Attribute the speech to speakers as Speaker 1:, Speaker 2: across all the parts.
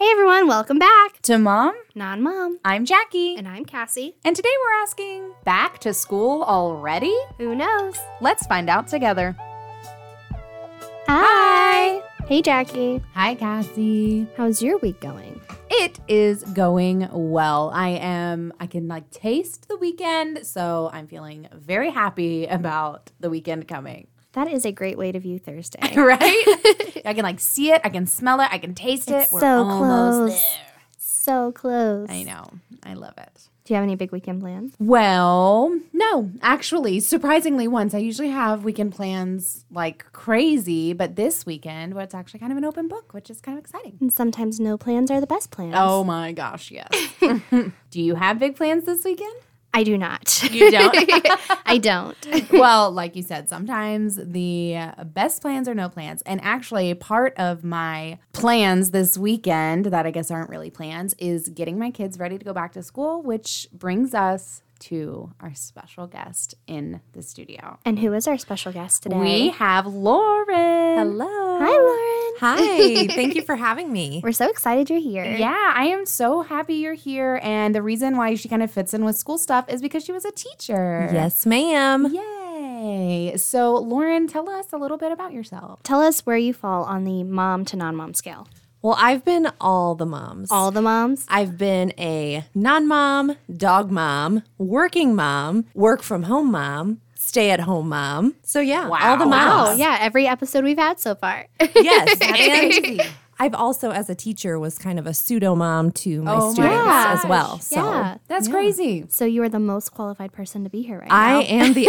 Speaker 1: everyone. Welcome back.
Speaker 2: To Mom,
Speaker 1: Non Mom.
Speaker 2: I'm Jackie,
Speaker 1: And I'm Cassie.
Speaker 2: and today we're asking Back to school already?
Speaker 1: Who knows?
Speaker 2: Let's find out together.
Speaker 1: Hey, Jackie.
Speaker 2: Hi, Cassie.
Speaker 1: How's your week going?
Speaker 2: It is going well. I am, I can like taste the weekend, so I'm feeling very happy about the weekend coming.
Speaker 1: That is a great way to view Thursday.
Speaker 2: Right? I can like see it, I can smell it, I can taste it.
Speaker 1: It's so close.
Speaker 2: there.
Speaker 1: so close.
Speaker 2: I know. I love it.
Speaker 1: Do you have any big weekend plans?
Speaker 2: Well, no, actually, surprisingly, once I usually have weekend plans like crazy, but this weekend, well, it's actually kind of an open book, which is kind of exciting.
Speaker 1: And sometimes no plans are the best plans.
Speaker 2: Oh my gosh, yes. Do you have big plans this weekend?
Speaker 1: I do not.
Speaker 2: You don't?
Speaker 1: I don't.
Speaker 2: well, like you said, sometimes the best plans are no plans. And actually, part of my plans this weekend that I guess aren't really plans is getting my kids ready to go back to school, which brings us to our special guest in the studio.
Speaker 1: And who is our special guest today?
Speaker 2: We Oh. have Lauren. Hello.
Speaker 1: Hi, Lauren.
Speaker 3: Hi, thank you for having me.
Speaker 1: We're so excited you're here.
Speaker 2: Yeah, I am so happy you're here. And the reason why she kind of fits in with school stuff is because she was a teacher.
Speaker 3: Yes, ma'am.
Speaker 2: Yay. So, Lauren, tell us a little bit about yourself.
Speaker 1: Tell us where you fall on the mom to non mom scale.
Speaker 3: Well, I've been all the moms.
Speaker 1: All the moms?
Speaker 3: I've been a non mom, dog mom, working mom, work from home mom, stay at home mom. So, yeah, all the moms.
Speaker 1: Oh, yeah, every episode we've had so far.
Speaker 3: Yes. and I've also, as a teacher, was kind of a pseudo mom to my
Speaker 2: Oh my
Speaker 3: students as
Speaker 2: gosh.
Speaker 3: well. So,
Speaker 1: Yeah.
Speaker 2: That's crazy.
Speaker 1: So you are the most qualified person to be here right
Speaker 3: I am the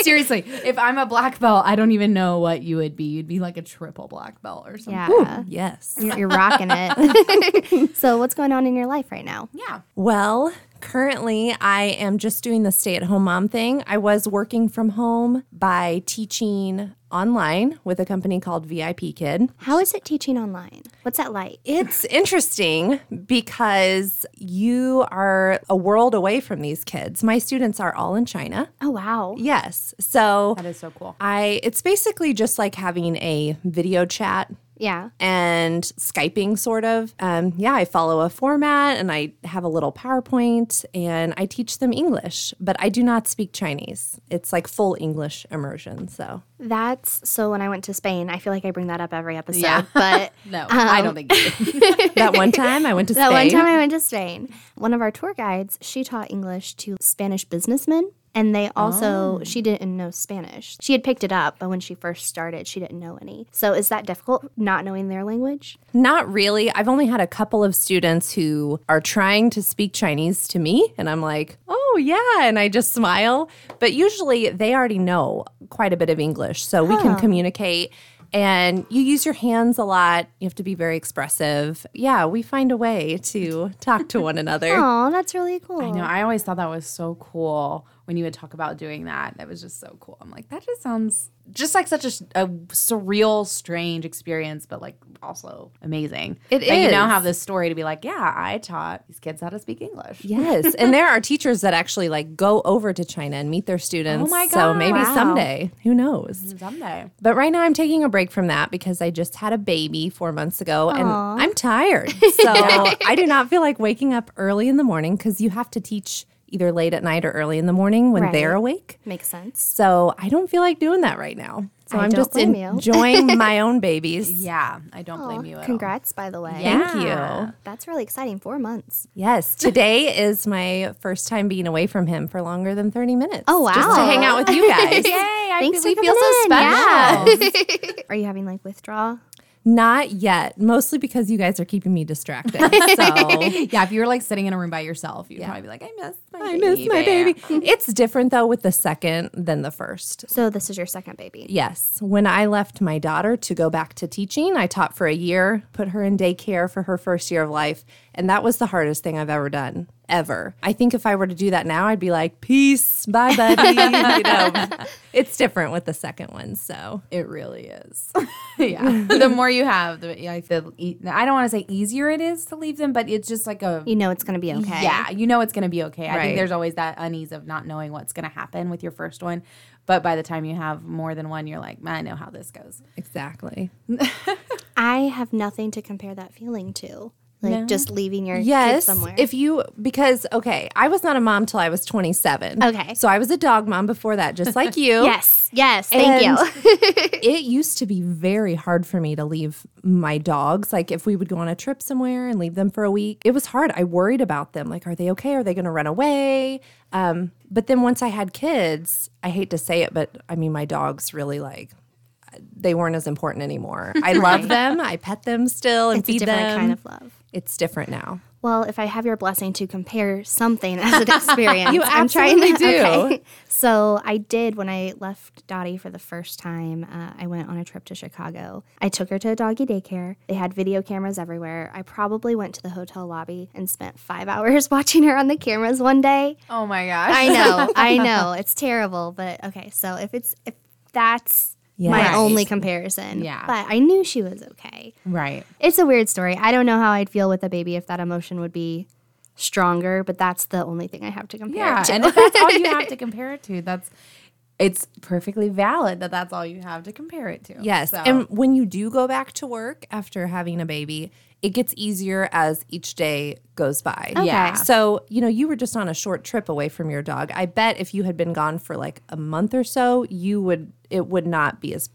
Speaker 2: Seriously, if I'm a black belt, I don't even know what you would be. You'd be like a triple black belt or something.
Speaker 1: now. Yeah.
Speaker 3: yes.
Speaker 1: You're, you're rocking it. so what's going on in your life right now?
Speaker 2: Yeah.
Speaker 3: Well, currently I am just doing the stay at home mom thing. I was working from home by teaching online with a company called VIP Kid.
Speaker 1: How is it teaching online? What's that like?
Speaker 3: It's interesting because you are a world away from these kids. My students are all in China.
Speaker 1: Oh wow.
Speaker 3: Yes. So
Speaker 2: That is so cool.
Speaker 3: I it's basically just like having a video chat
Speaker 1: Yeah.
Speaker 3: and Skyping, sort of. Um, yeah, I follow a format and I have a little PowerPoint and I teach them English, but I do not speak Chinese. It's like full English immersion. So,
Speaker 1: That's so when I went to Spain, I feel like I bring that up every episode. But
Speaker 2: No, I don't think you do.
Speaker 3: that one time I went to Spain.
Speaker 1: that one time I went to Spain, one of our tour guides, she taught English to Spanish businessmen. And they also, she didn't know Spanish. She had picked it up, but when she first started, she didn't know any. So is that difficult not knowing their language?
Speaker 3: Not really. I've only had a couple of students who are trying to speak Chinese to me, and I'm like, oh, yeah. And I just smile. But usually they already know quite a bit of English, so we can communicate. And you use your hands a lot. You have to be very expressive. Yeah, we find a way to talk to one another.
Speaker 1: Oh, that's really cool.
Speaker 2: I know. I always thought that was so cool when you would talk about doing that. That was just so cool. I'm like, that just sounds just like such a, s- a surreal, strange experience, but like also amazing.
Speaker 3: It
Speaker 2: that You now
Speaker 3: is.
Speaker 2: have this story to be like, yeah, I taught these kids how to speak English.
Speaker 3: Yes, and there are teachers that actually like go over to China and meet their students.
Speaker 2: Oh my
Speaker 3: So
Speaker 2: God.
Speaker 3: maybe
Speaker 2: Wow.
Speaker 3: someday, who knows?
Speaker 2: Someday.
Speaker 3: But right now I'm taking a break from that because I just had a baby four months ago and
Speaker 1: Aw.
Speaker 3: I'm tired. So I do not feel like waking up early in the morning because you have to teach either late at night or early in the morning when
Speaker 1: Right.
Speaker 3: they're awake.
Speaker 1: Makes sense.
Speaker 3: So I don't feel like doing that right now. So
Speaker 1: I
Speaker 3: I'm
Speaker 1: don't
Speaker 3: just
Speaker 1: blame you.
Speaker 3: enjoying my own babies.
Speaker 2: Yeah, I don't blame you at
Speaker 1: Congrats, by the way.
Speaker 2: all.
Speaker 3: Thank you.
Speaker 1: That's really exciting. Four months.
Speaker 3: Yes, today is my first time being away from him for longer than 30 minutes.
Speaker 1: Oh,
Speaker 3: Just to
Speaker 1: wow.
Speaker 3: hang out with you guys.
Speaker 2: Yay, I
Speaker 1: Thanks
Speaker 2: feel,
Speaker 1: for
Speaker 2: we feel so
Speaker 1: coming
Speaker 2: special.
Speaker 1: in. Are you having like withdrawal?
Speaker 3: Not yet, mostly because you guys are keeping me distracted. So
Speaker 2: Yeah, if you were like sitting in a room by yourself, you'd probably be like, I miss my
Speaker 3: I
Speaker 2: baby.
Speaker 3: miss my baby.
Speaker 2: Mm-hmm.
Speaker 3: It's different though with the second than the first.
Speaker 1: So this is your second baby.
Speaker 3: Yes. When I left my daughter to go back to teaching, I taught for a year, put her in daycare for her first year of life. And that was the hardest thing I've ever done, ever. I think if I were to do that now, I'd be like, peace, bye, buddy. you know, it's different with the second one. So,
Speaker 2: It really is. yeah. the more you have, the, yeah, the e- I don't want to say easier it is to leave them, but it's just like a
Speaker 1: You know it's gonna be okay.
Speaker 2: Yeah, you know it's going to be okay. I
Speaker 3: Right.
Speaker 2: think there's always that unease of not knowing what's going to happen with your first one. But by the time you have more than one, you're like, "Man, I know how this goes.
Speaker 3: exactly.
Speaker 1: I have nothing to compare that feeling to. Like just leaving your kids
Speaker 3: Yes.
Speaker 1: somewhere.
Speaker 3: If you, because, okay, I was not a mom till I was 27.
Speaker 1: Okay.
Speaker 3: So I was a dog mom before that, just like you.
Speaker 1: yes, yes, thank you.
Speaker 3: it used to be very hard for me to leave my dogs. Like if we would go on a trip somewhere and leave them for a week, it was hard. I worried about them. Like, are they okay? Are they going to run away? Um, but then once I had kids, I hate to say it, but I mean, my dogs really like they weren't as important anymore. I love them. I pet them still and
Speaker 1: It's a
Speaker 3: feed
Speaker 1: different
Speaker 3: them.
Speaker 1: kind of love.
Speaker 3: it's different now.
Speaker 1: Well, if I have your blessing to compare something as an experience,
Speaker 3: You
Speaker 1: I'm trying to
Speaker 3: absolutely do.
Speaker 1: okay. So I did when I left Dottie for the first time. Uh, I went on a trip to Chicago. I took her to a doggy daycare. They had video cameras everywhere. I probably went to the hotel lobby and spent five hours watching her on the cameras one day.
Speaker 2: Oh my gosh.
Speaker 1: I know, I know, it's terrible, but okay. So if it's if that's my
Speaker 3: Yes.
Speaker 1: only comparison,
Speaker 2: Yeah.
Speaker 1: But I knew she was okay.
Speaker 2: Right.
Speaker 1: It's a weird story. I don't know how I'd feel with a baby if that emotion would be stronger, but that's the only thing I have to compare.
Speaker 2: Yeah.
Speaker 1: it to.
Speaker 2: And if that's all you have to compare it to, that's it's perfectly valid that that's all you have to compare it to.
Speaker 3: Yes.
Speaker 2: So-
Speaker 3: And when you do go back to work after having a baby, it gets easier as each day goes by.
Speaker 2: Yeah.
Speaker 3: So, you know, you were just on a short trip away from your dog. I bet if you had been gone for like a month or so, you would, it would not be as,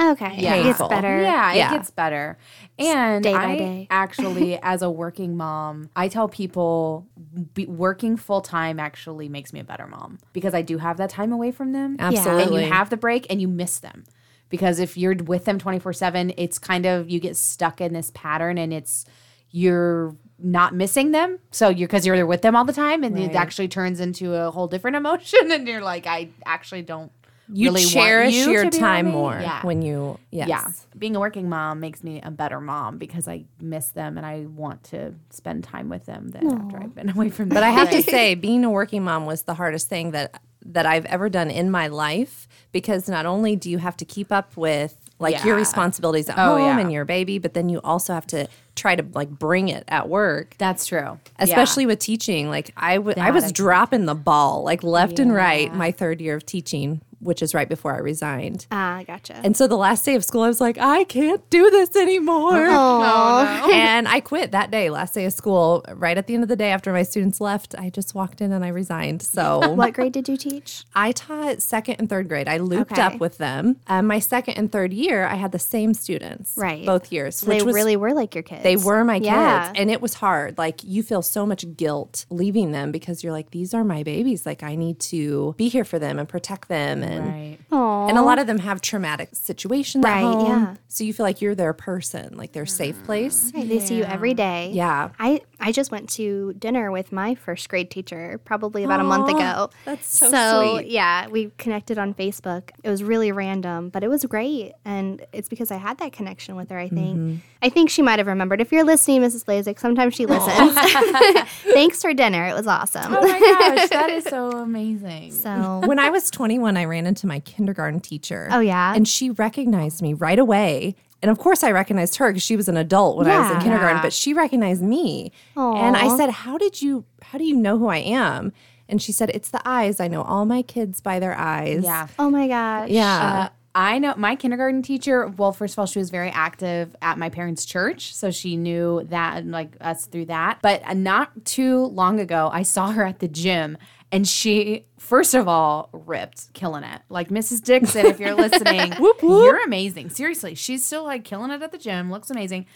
Speaker 1: okay, yeah. it's
Speaker 3: Painful.
Speaker 1: better.
Speaker 2: Yeah,
Speaker 3: Yeah.
Speaker 2: it gets better. And
Speaker 1: Day by
Speaker 2: I
Speaker 1: day.
Speaker 2: actually, as a working mom, I tell people be, working full time actually makes me a better mom because I do have that time away from them.
Speaker 3: Absolutely.
Speaker 2: And you have the break and you miss them. Because if you're with them 24 7, it's kind of, you get stuck in this pattern and it's, you're not missing them. So you're, because you're with them all the time and it actually turns into a whole different emotion. And you're like, I actually don't.
Speaker 3: you
Speaker 2: really want
Speaker 3: cherish
Speaker 2: you
Speaker 3: your
Speaker 2: to be
Speaker 3: time
Speaker 2: with me.
Speaker 3: more
Speaker 2: Yeah.
Speaker 3: when you, yes.
Speaker 2: Yeah. Being a working mom makes me a better mom because I miss them and I want to spend time with them then after I've been away from them.
Speaker 3: But I have to say, being a working mom was the hardest thing that that I've ever done in my life because not only do you have to keep up with like your
Speaker 2: Yeah.
Speaker 3: responsibilities at
Speaker 2: Oh,
Speaker 3: home
Speaker 2: yeah.
Speaker 3: and your baby, but then you also have to try to like bring it at work.
Speaker 2: That's true.
Speaker 3: especially with teaching. Like I wa- I was dropping the ball like left and right my third year of teaching, which is right before I resigned.
Speaker 1: Ah, gotcha.
Speaker 3: And so the last day of school, I was like, I can't do this anymore.
Speaker 1: Oh,
Speaker 3: And I quit that day, last day of school. Right at the end of the day, after my students left, I just walked in and I resigned. So
Speaker 1: what grade did you teach?
Speaker 3: I taught second and third grade. I looped
Speaker 1: Okay.
Speaker 3: up with them. Um, my second and third year, I had the same students,
Speaker 1: Right.
Speaker 3: both years,
Speaker 1: They
Speaker 3: which was
Speaker 1: really were like your kids.
Speaker 3: they were my kids.
Speaker 1: Yeah.
Speaker 3: And it was hard. Like, you feel so much guilt leaving them because you're like, these are my babies. Like, I need to be here for them and protect them. And,
Speaker 2: Right.
Speaker 3: and a lot of them have traumatic situations
Speaker 1: Right,
Speaker 3: at home.
Speaker 1: yeah.
Speaker 3: So you feel like you're their person, like their safe place.
Speaker 1: They see you every day.
Speaker 3: Yeah.
Speaker 1: I, I just went to dinner with my first grade teacher probably about a month ago.
Speaker 3: that's so sweet.
Speaker 1: yeah, we connected on Facebook. It was really random, but it was great. And it's because I had that connection with her, I think.
Speaker 3: Mm-hmm.
Speaker 1: I think she might have remembered. If you're listening, Mrs. Blazik, sometimes she listens. Thanks for dinner. It was awesome.
Speaker 2: Oh my gosh, that is so amazing.
Speaker 1: So,
Speaker 3: When I was 21, I ran into my kindergarten teacher.
Speaker 1: Oh, yeah?
Speaker 3: And she recognized me right away. And of course, I recognized her because she was an adult when I was in
Speaker 1: Yeah.
Speaker 3: kindergarten,
Speaker 2: Yeah.
Speaker 3: but she recognized me. And I said, How did you, how do you know who I am? And she said, It's the eyes. I know all my kids by their eyes.
Speaker 2: yeah.
Speaker 1: oh my gosh.
Speaker 3: Yeah.
Speaker 2: Uh, I know my kindergarten teacher. Well, first of all, she was very active at my parents' church, so she knew that and like us through that. But uh, not too long ago, I saw her at the gym, and she, first of all, ripped, killing it. Like Mrs. Dixon, if you're listening, you're amazing. Seriously, she's still like killing it at the gym. Looks amazing.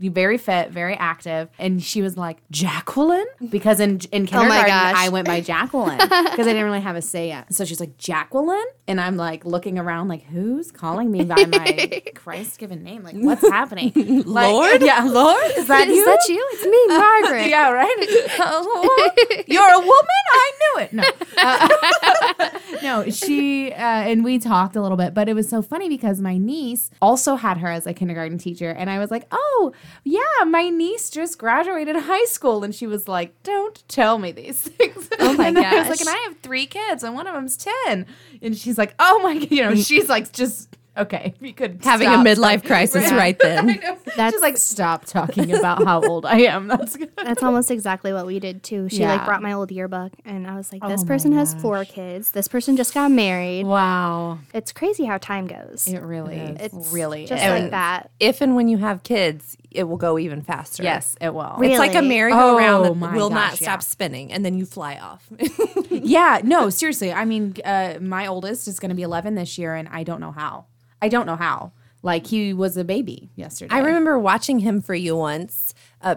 Speaker 2: Very fit, very active, and she was like Jacqueline because in in kindergarten
Speaker 1: gosh.
Speaker 2: I went by Jacqueline because I didn't really have a say yet. So she's like, Jacqueline? And I'm like looking around, like, who's calling me by my Christ given name? Like, what's happening? Like,
Speaker 3: Lord?
Speaker 2: Yeah, Lord? Is that you?
Speaker 1: Is that you? It's me, Margaret.
Speaker 2: yeah, right? You're a woman? I knew it. No. Uh, no, she, uh, and we talked a little bit, but it was so funny because my niece also had her as a kindergarten teacher. And I was like, oh, yeah, my niece just graduated high school. And she was like, don't tell me these things. Oh
Speaker 1: my
Speaker 2: and then I was
Speaker 1: gosh.
Speaker 2: like, and I have three kids, and one of them's 10. And she's like, oh my, you know, she's like, just. okay, if you could
Speaker 3: Having
Speaker 2: stop.
Speaker 3: a midlife crisis right, then.
Speaker 1: That's-
Speaker 2: She's like, stop talking about how old I am. That's good.
Speaker 1: That's almost exactly what we did too. She
Speaker 2: Yeah. Oh
Speaker 1: like brought my old yearbook and I was like, this person has four kids. This person just got married.
Speaker 2: Wow,
Speaker 1: It's crazy how time goes.
Speaker 2: it really, it
Speaker 1: It's
Speaker 2: really
Speaker 1: just
Speaker 2: is.
Speaker 1: like that.
Speaker 3: If and when you have kids, it will go even faster.
Speaker 2: yes, it will.
Speaker 1: Really?
Speaker 3: It's like a merry-go-round
Speaker 2: Oh my
Speaker 3: that will
Speaker 2: gosh,
Speaker 3: not
Speaker 2: yeah.
Speaker 3: stop spinning, and then you fly off.
Speaker 2: yeah, no, seriously. I mean, uh, my oldest is going to be 11 this year, and I don't know how. I don't know how. Like he was a baby yesterday.
Speaker 3: I remember watching him for you once. Uh,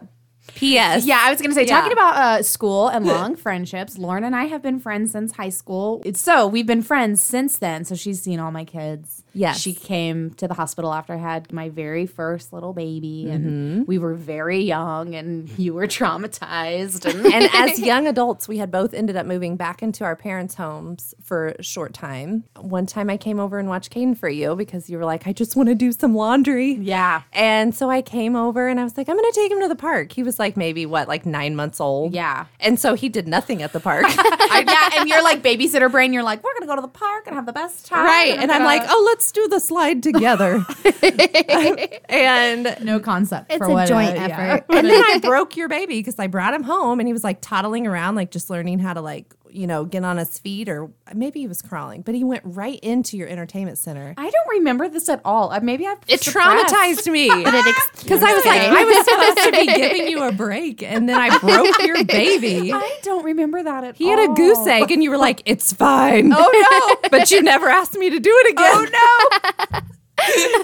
Speaker 3: P.S.
Speaker 2: Yeah, I was going to say,
Speaker 3: Yeah.
Speaker 2: talking about uh, school and long friendships, Lauren and I have been friends since high school. It's, so we've been friends since then. So she's seen all my kids.
Speaker 3: Yes.
Speaker 2: She came to the hospital after I had my very first little baby, and we were very young, and you were traumatized. And,
Speaker 3: and as young adults, we had both ended up moving back into our parents' homes for a short time. One time I came over and watched Caden for you because you were like, I just want to do some laundry.
Speaker 2: yeah.
Speaker 3: And so I came over and I was like, I'm going to take him to the park. He was like, maybe what, like nine months old?
Speaker 2: Yeah.
Speaker 3: And so he did nothing at the park.
Speaker 2: I- yeah, and you're like babysitter brain. You're like, we're gonna go to the park and have the best time,
Speaker 3: right. And I'm
Speaker 2: gonna-
Speaker 3: like, oh, let's do the slide together. and
Speaker 2: no concept.
Speaker 1: It's
Speaker 2: for
Speaker 1: a
Speaker 2: what uh,
Speaker 1: joint
Speaker 2: yeah.
Speaker 1: effort.
Speaker 3: and then I broke your baby because I brought him home and he was like toddling around, like just learning how to like you know get on his feet or maybe he was crawling, but he went right into your entertainment center.
Speaker 2: I don't remember this at all. Uh, Maybe I've
Speaker 3: It traumatized me because I was like, I was supposed to be giving you a break, and then I broke your baby.
Speaker 2: I don't remember that at
Speaker 3: He
Speaker 2: all.
Speaker 3: had a goose egg, and you were like, "It's fine." Oh no! but you never asked me to do it again. Oh no!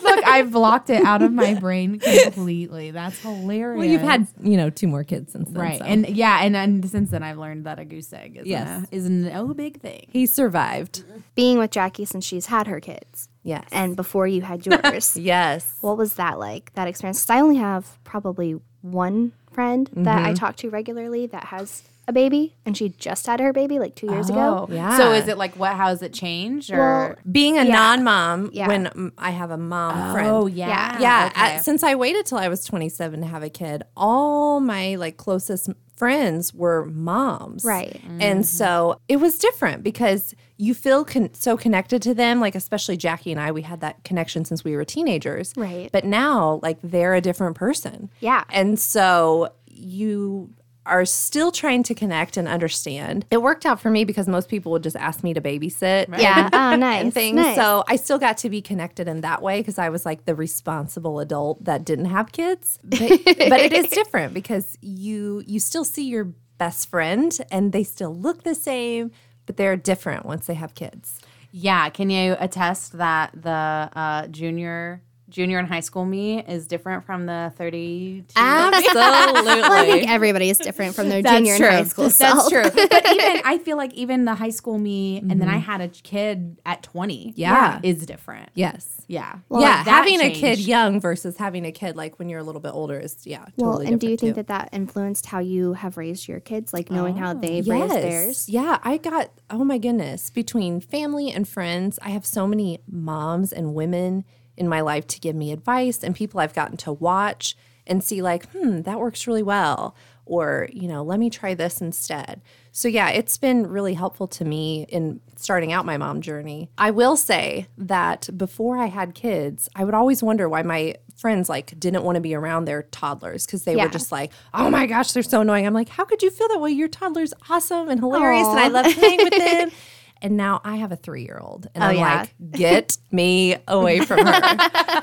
Speaker 2: Look, I've blocked it out of my brain completely. That's hilarious.
Speaker 3: Well, you've had you know two more kids since then,
Speaker 2: right,
Speaker 3: so.
Speaker 2: and yeah, and, and since then I've learned that a goose egg is
Speaker 3: Yes.
Speaker 2: a- is no big thing.
Speaker 3: he survived.
Speaker 1: Being with Jackie since she's had her kids
Speaker 3: Yes.
Speaker 1: and before you had yours.
Speaker 3: yes.
Speaker 1: what was that like, that experience? 'Cause I only have probably one friend that
Speaker 2: Mm-hmm.
Speaker 1: I talk to regularly that has a baby and she just had her baby like two years
Speaker 2: Oh.
Speaker 1: ago.
Speaker 3: yeah.
Speaker 2: So is it like what? How has it changed? Or
Speaker 1: Well,
Speaker 3: being a non-mom
Speaker 1: Yeah.
Speaker 3: when mm, I have a mom friend.
Speaker 2: oh yeah,
Speaker 3: yeah.
Speaker 2: okay.
Speaker 3: at- since I waited till I was 27 to have a kid, all my like closest m- friends were moms,
Speaker 1: Right.
Speaker 3: And so it was different because you feel con- so connected to them. Like especially Jackie and I, we had that connection since we were teenagers,
Speaker 1: Right.
Speaker 3: But now, like they're a different person,
Speaker 1: Yeah.
Speaker 3: And so you are still trying to connect and understand. It worked out for me because most people would just ask me to babysit.
Speaker 1: Yeah. Oh, nice.
Speaker 3: and things.
Speaker 1: nice.
Speaker 3: So I still got to be connected in that way because I was like the responsible adult that didn't have kids. But, but it is different because you you still see your best friend and they still look the same, but they're different once they have kids.
Speaker 2: Yeah, can you attest that the uh, junior junior and high school me is different from the 32?
Speaker 1: I
Speaker 3: Absolutely.
Speaker 1: think everybody is different from their junior and high school self.
Speaker 2: That's true. But even I feel like even the high school me and then I had a kid at 20.
Speaker 3: Yeah.
Speaker 2: is different.
Speaker 3: yes.
Speaker 2: Yeah.
Speaker 3: yeah,
Speaker 2: Like, that
Speaker 3: having a kid
Speaker 2: changed.
Speaker 3: young versus having a kid like when you're a little bit older is yeah, totally
Speaker 1: Well, and
Speaker 3: different.
Speaker 1: do you think
Speaker 3: too.
Speaker 1: that that influenced how you have raised your kids, like knowing how they've raised theirs?
Speaker 3: Yeah, I got oh my goodness, between family and friends, I have so many moms and women in my life to give me advice and people I've gotten to watch and see like, "Hmm, that works really well." Or, you know, let me try this instead. So, yeah, it's been really helpful to me in starting out my mom journey. I will say that before I had kids, I would always wonder why my friends like didn't want to be around their toddlers because they
Speaker 1: Yeah.
Speaker 3: were just just like, oh my gosh, they're so annoying. I'm like, how could you feel that way? Your toddler's awesome and hilarious, and I love playing with them. And now I have a three year old,
Speaker 2: Oh,
Speaker 3: and I'm
Speaker 1: yeah.
Speaker 3: like, get me away from her.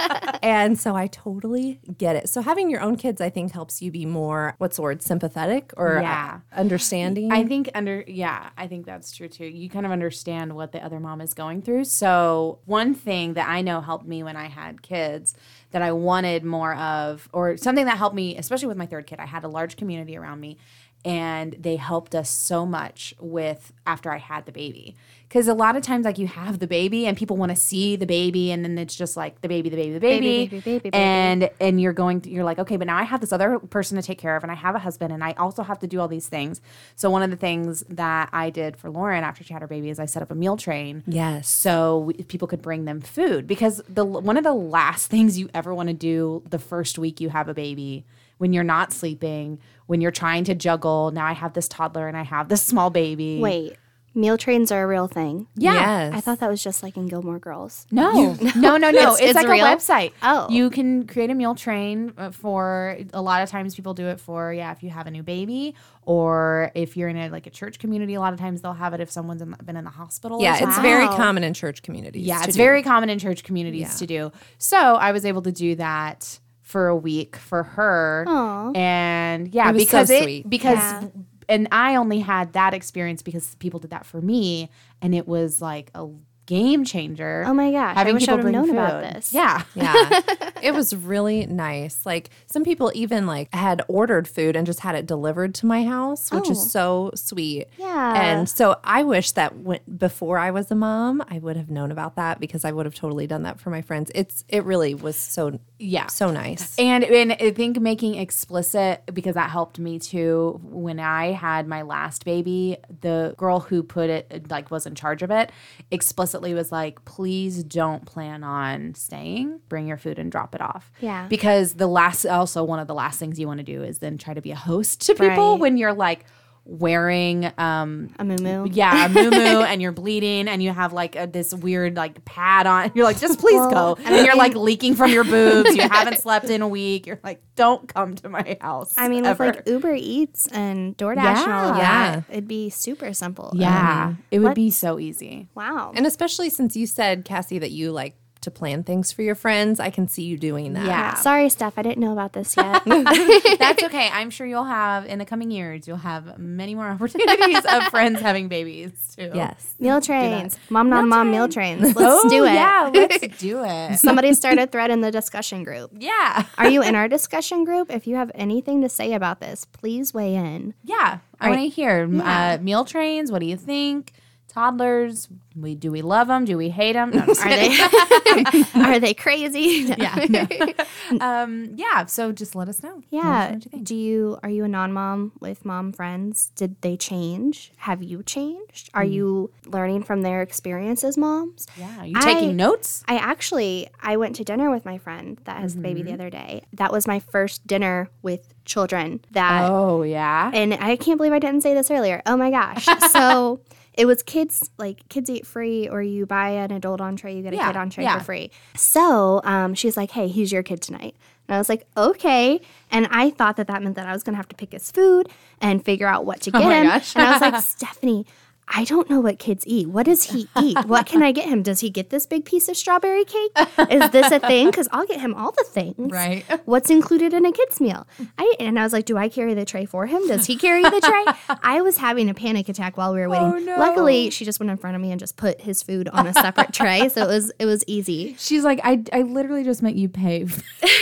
Speaker 3: and so I totally get it. So having your own kids, I think, helps you be more, what's the word, sympathetic or uh,
Speaker 2: Yeah.
Speaker 3: understanding.
Speaker 2: I think under yeah, I think that's true too. You kind of understand what the other mom is going through. So one thing that I know helped me when I had kids that I wanted more of, or something that helped me, especially with my third kid, I had a large community around me and they helped us so much with after I had the baby. Cause a lot of times like you have the baby and people want to see the baby and then it's just like the baby, the baby, the baby.
Speaker 1: baby, baby, baby.
Speaker 2: And and and you're going th- you're like okay but now i have this other person to take care of and i have a husband and i also have to do all these things so one of the things that i did for lauren after she had her baby is i set up a meal train
Speaker 3: Yes.
Speaker 2: so we, people could bring them food because the one of the last things you ever want to do the first week you have a baby when you're not sleeping when you're trying to juggle now i have this toddler and i have this small baby
Speaker 1: Wait, Meal trains are a real thing.
Speaker 2: Yeah.
Speaker 3: Yes.
Speaker 1: I thought that was just like in Gilmore Girls.
Speaker 2: No, no, no, no. It's,
Speaker 1: it's
Speaker 2: like
Speaker 1: real?
Speaker 2: a website.
Speaker 1: Oh.
Speaker 2: you can create a meal train uh, for. A lot of times, people do it for yeah, if you have a new baby or if you're in a like a church community. A lot of times they'll have it if someone's in, been in the hospital.
Speaker 3: Yeah,
Speaker 2: as well.
Speaker 3: it's very
Speaker 1: Wow.
Speaker 3: common in church communities.
Speaker 2: Yeah,
Speaker 3: to
Speaker 2: it's
Speaker 3: do.
Speaker 2: very common in church communities to do. So I was able to do that for a week for her,
Speaker 1: Aw.
Speaker 2: and yeah,
Speaker 3: It was so
Speaker 2: because it
Speaker 3: sweet.
Speaker 2: because
Speaker 1: Yeah.
Speaker 2: and I only had that experience because people did that for me, and it was like a game changer.
Speaker 1: Oh my gosh. I
Speaker 2: having
Speaker 1: wish I
Speaker 2: people
Speaker 1: would have
Speaker 2: bring
Speaker 1: known about
Speaker 2: food.
Speaker 1: this.
Speaker 2: Yeah.
Speaker 3: Yeah. it was really nice. Like some people even like had ordered food and just had it delivered to my house, which
Speaker 1: Oh.
Speaker 3: is so sweet.
Speaker 1: Yeah.
Speaker 3: And so I wish that when, before I was a mom, I would have known about that because I would have totally done that for my friends. It's it really was so
Speaker 2: Yeah.
Speaker 3: so nice.
Speaker 2: And and I think making explicit because that helped me too. When I had my last baby, the girl who put it like was in charge of it explicitly was like, "Please don't plan on staying. Bring your food and drop it off."
Speaker 1: Yeah.
Speaker 2: Because the last also one of the last things you want to do is then try to be a host to people
Speaker 1: Right.
Speaker 2: when you're like wearing um
Speaker 1: A moo moo.
Speaker 2: yeah, a moo moo, and you're bleeding, and you have like a, this weird like pad on. You're like, just please
Speaker 1: Well,
Speaker 2: go,
Speaker 1: I
Speaker 2: and then you're
Speaker 1: mean-
Speaker 2: like leaking from your boobs. You haven't slept in a week. You're like, don't come to my house.
Speaker 1: I mean, with
Speaker 2: ever.
Speaker 1: like Uber Eats and DoorDash and all of
Speaker 3: Yeah.
Speaker 1: that, it'd be super simple.
Speaker 2: yeah, it would
Speaker 1: what-
Speaker 2: be so easy.
Speaker 1: Wow.
Speaker 3: And especially since you said Cassie that you like to plan things for your friends, I can see you doing that.
Speaker 2: Yeah.
Speaker 1: Sorry, Steph. I didn't know about this yet.
Speaker 2: That's okay. I'm sure you'll have in the coming years. You'll have many more opportunities of friends having babies too.
Speaker 3: Yes.
Speaker 1: meal trains. Mom, non mom meal trains. Let's
Speaker 2: Oh,
Speaker 1: do it.
Speaker 2: Yeah, let's do it.
Speaker 1: Somebody start a thread in the discussion group.
Speaker 2: yeah,
Speaker 1: Are you in our discussion group? If you have anything to say about this, please weigh in.
Speaker 2: yeah. I want to hear uh, meal trains. What do you think? Toddlers, we do we love them? Do we hate them?
Speaker 1: Are they are they crazy?
Speaker 2: yeah. um, yeah. So just let us know. Let us know
Speaker 1: Yeah.
Speaker 2: what you think.
Speaker 1: Do you are you a non-mom with mom friends? Did they change? Have you changed? Are you learning from their experience as moms?
Speaker 2: Hmm. Yeah. Are you taking
Speaker 1: I-
Speaker 2: notes?
Speaker 1: I actually I went to dinner with my friend that has the baby
Speaker 2: Mm-hmm.
Speaker 1: the other day. That was my first dinner with children that
Speaker 2: Oh yeah.
Speaker 1: and I can't believe I didn't say this earlier. Oh my gosh. So it was kids, like kids eat free, or you buy an adult entree, you get a
Speaker 2: Yeah,
Speaker 1: kid entree
Speaker 2: yeah.
Speaker 1: for free. So um, she's like, hey, he's your kid tonight. And I was like, okay. And I thought that that meant that I was going to have to pick his food and figure out what to get
Speaker 2: Oh my
Speaker 1: him.
Speaker 2: gosh.
Speaker 1: And I was like, Stephanie, I don't know what kids eat. What does he eat? What can I get him? Does he get this big piece of strawberry cake? Is this a thing? Because I'll get him all the things
Speaker 2: Right.
Speaker 1: what's included in a kid's meal I, and i was like do i carry the tray for him does he carry the tray i was having a panic attack while we were waiting
Speaker 2: Oh, no.
Speaker 1: luckily she just went in front of me and just put his food on a separate tray so it was it was easy
Speaker 2: She's like, I, I literally just make you pay.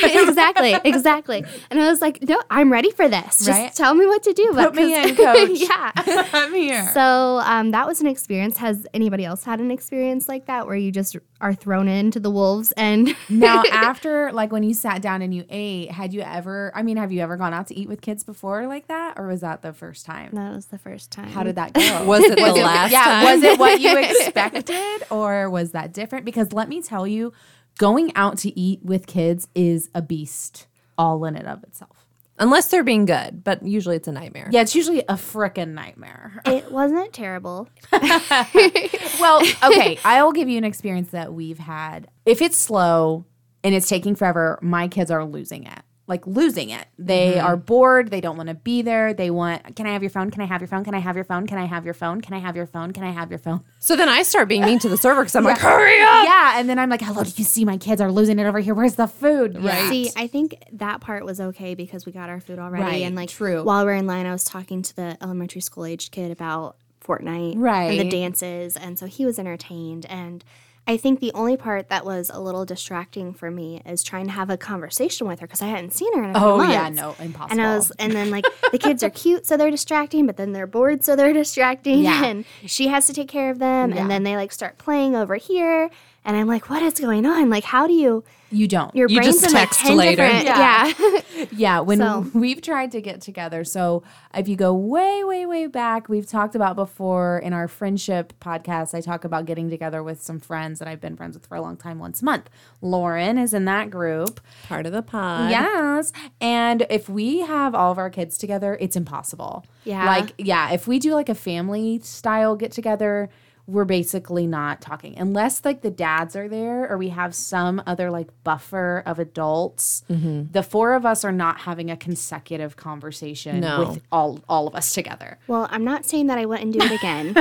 Speaker 1: exactly exactly and i was like no i'm ready for this just
Speaker 2: Right.
Speaker 1: tell me what to do
Speaker 2: Put me in,
Speaker 1: because-
Speaker 2: coach.
Speaker 1: yeah
Speaker 2: I'm here.
Speaker 1: so um, that was an experience has anybody else had an experience like that where you just are thrown into the wolves and
Speaker 2: now, after like when you sat down and you ate, had you ever? I mean, have you ever gone out to eat with kids before like that, or was that the first time?
Speaker 1: that was the first time
Speaker 2: How did that go?
Speaker 3: Was it the last
Speaker 2: yeah,
Speaker 3: time?
Speaker 2: was it what you expected or was that different? Because let me tell you, going out to eat with kids is a beast all in and of itself.
Speaker 3: Unless they're being good, but usually it's a nightmare.
Speaker 2: Yeah, it's usually a frickin' nightmare.
Speaker 1: it wasn't terrible
Speaker 2: Well, okay, I'll give you an experience that we've had. If it's slow and it's taking forever, my kids are losing it. Like losing it. They are bored. They don't want to be there. They want, can I have your phone? Can I have your phone? Can I have your phone? Can I have your phone? Can I have your phone? Can I have your phone?
Speaker 3: So then I start being mean to the server because I'm like, hurry up.
Speaker 2: Yeah. And then I'm like, hello, do you see my kids are losing it over here? Where's the food? Right.
Speaker 1: See, I think that part was okay because we got our food already,
Speaker 2: Right,
Speaker 1: and like
Speaker 2: true.
Speaker 1: while we are in line, I was talking to the elementary school aged kid about Fortnite, and the
Speaker 2: Right.
Speaker 1: dances, and so he was entertained. And I think the only part that was a little distracting for me is trying to have a conversation with her because I hadn't seen her in a couple
Speaker 2: Oh,
Speaker 1: months.
Speaker 2: yeah, no,
Speaker 1: And
Speaker 2: impossible.
Speaker 1: I was, and then like the kids are cute, so they're distracting, but then they're bored, so they're distracting,
Speaker 2: Yeah.
Speaker 1: and she has to take care of them, and then they like start playing over here. And I'm like, what is going on? Like, how do you,
Speaker 2: You don't.
Speaker 1: your
Speaker 3: You
Speaker 1: brain's
Speaker 3: just
Speaker 1: in like
Speaker 3: text
Speaker 1: 10
Speaker 3: later.
Speaker 1: different, yeah.
Speaker 2: Yeah. Yeah, when
Speaker 1: So-
Speaker 2: we've tried to get together. So if you go way, way, way back, we've talked about before in our friendship podcast, I talk about getting together with some friends that I've been friends with for a long time once a month. Lauren is in that group.
Speaker 3: Part of the pod.
Speaker 2: Yes. And if we have all of our kids together, it's impossible.
Speaker 1: Yeah.
Speaker 2: Like, yeah, if we do like a family style get together, we're basically not talking unless like the dads are there or we have some other like buffer of adults. The four of us are not having a consecutive conversation
Speaker 3: No.
Speaker 2: with all all of us together.
Speaker 1: Well, I'm not saying that I wouldn't do it again,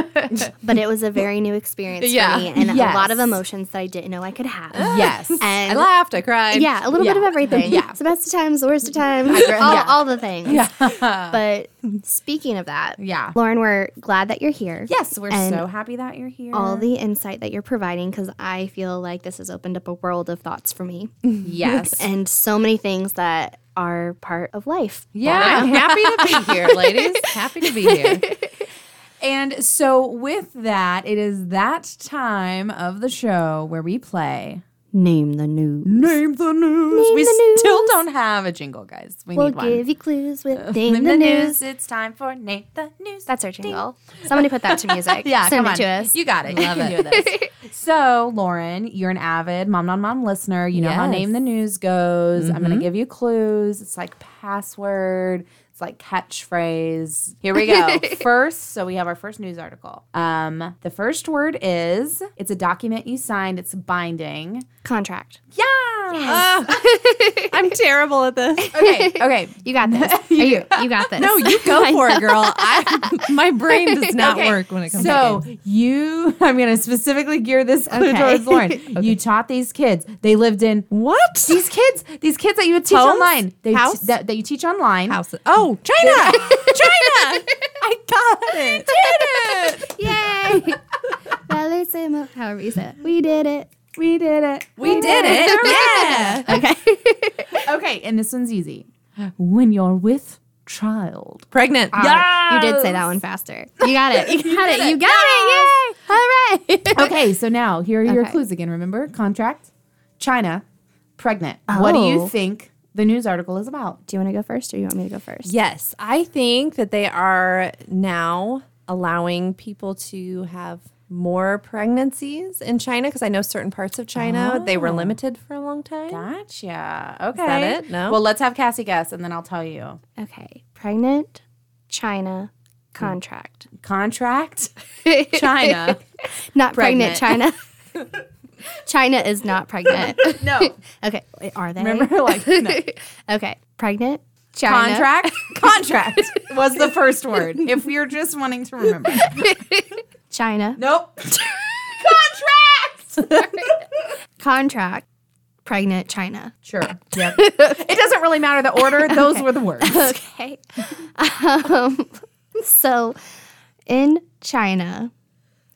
Speaker 1: but it was a very new experience
Speaker 3: Yeah.
Speaker 1: for me and a lot of
Speaker 2: Yes.
Speaker 1: emotions that I didn't know I could have.
Speaker 2: Yes.
Speaker 1: And
Speaker 3: I laughed. I cried.
Speaker 1: yeah, a little bit
Speaker 2: Yeah.
Speaker 1: of everything.
Speaker 2: Yeah.
Speaker 1: It's the best of times, the worst of times, all,
Speaker 2: Yeah.
Speaker 1: all the things. But speaking of that,
Speaker 2: Yeah.
Speaker 1: Lauren, we're glad that you're here.
Speaker 2: Yes, we're
Speaker 1: And
Speaker 2: so happy that you're here.
Speaker 1: All the insight that you're providing, because I feel like this has opened up a world of thoughts for me
Speaker 2: Mm. yes.
Speaker 1: and so many things that are part of life.
Speaker 2: yeah.
Speaker 3: I'm happy to be here, ladies. Happy to be here.
Speaker 2: And so, with that, it is that time of the show where we play
Speaker 1: Name the news.
Speaker 2: Name the News. we
Speaker 1: the News.
Speaker 2: still don't have a jingle, guys. We
Speaker 1: We'll
Speaker 2: need one.
Speaker 1: give you clues with Name, the, news.
Speaker 2: It's time for Name the News.
Speaker 1: That's our jingle. Somebody put that to music.
Speaker 2: yeah,
Speaker 1: send
Speaker 2: come
Speaker 1: it to
Speaker 2: on.
Speaker 1: us.
Speaker 2: You got it. Love it. so, Lauren, you're an avid mom non mom listener. You know how
Speaker 3: Yes. Mm-hmm.
Speaker 2: Name the News goes. I'm going to give you clues. It's like password. It's like catchphrase. Here we go. first, so we have our first news article. Um, the first word is it's a document you signed. It's binding.
Speaker 1: Contract.
Speaker 2: Yeah.
Speaker 3: I'm terrible at this.
Speaker 2: Okay. Okay.
Speaker 1: You got this. Are you, you got this.
Speaker 3: No, you go for it, girl. I, my brain does not
Speaker 2: Okay.
Speaker 3: work when it comes to
Speaker 2: So you, I'm going to specifically gear this clue
Speaker 1: Okay.
Speaker 2: towards Lauren. You taught these kids. They lived in
Speaker 3: What?
Speaker 2: these kids. These kids that you would teach
Speaker 3: Homes?
Speaker 2: online. They
Speaker 3: House?
Speaker 2: that, that you teach online.
Speaker 3: House. Oh, China. China. I got it.
Speaker 1: Yay! Valerie Samo- however you say it. We did it.
Speaker 2: We did it.
Speaker 3: We did it. Yeah.
Speaker 1: Okay.
Speaker 2: Okay, and this one's easy. When you're with child.
Speaker 3: Pregnant.
Speaker 1: You did say that one faster. You got it. You got it. You got it. Yay! All right.
Speaker 2: Okay, so now here are your
Speaker 1: Okay.
Speaker 2: clues again. Remember contract, China, pregnant. What do
Speaker 1: Oh.
Speaker 2: you think the news article is about?
Speaker 1: Do you want to go first or you want me to go first?
Speaker 3: Yes, I think that they are now allowing people to have more pregnancies in China because I know certain parts of China they were limited for a long time.
Speaker 2: Gotcha. Okay.
Speaker 3: it? No?
Speaker 2: Well, let's have Cassie guess, and then I'll tell you.
Speaker 1: Okay. Pregnant, China, contract.
Speaker 2: Contract, China.
Speaker 1: Not pregnant,
Speaker 2: Pregnant.
Speaker 1: China. China is not pregnant.
Speaker 2: no.
Speaker 1: Okay. Wait, are they?
Speaker 2: Remember, like no.
Speaker 1: Okay. Pregnant, China.
Speaker 2: contract. Contract was the first word. If you're just wanting to remember.
Speaker 1: China.
Speaker 2: Nope. contract.
Speaker 1: Contract, pregnant, China.
Speaker 2: Sure. Yep. it doesn't really matter the order. Those were the words.
Speaker 1: Okay. Um, so, in China,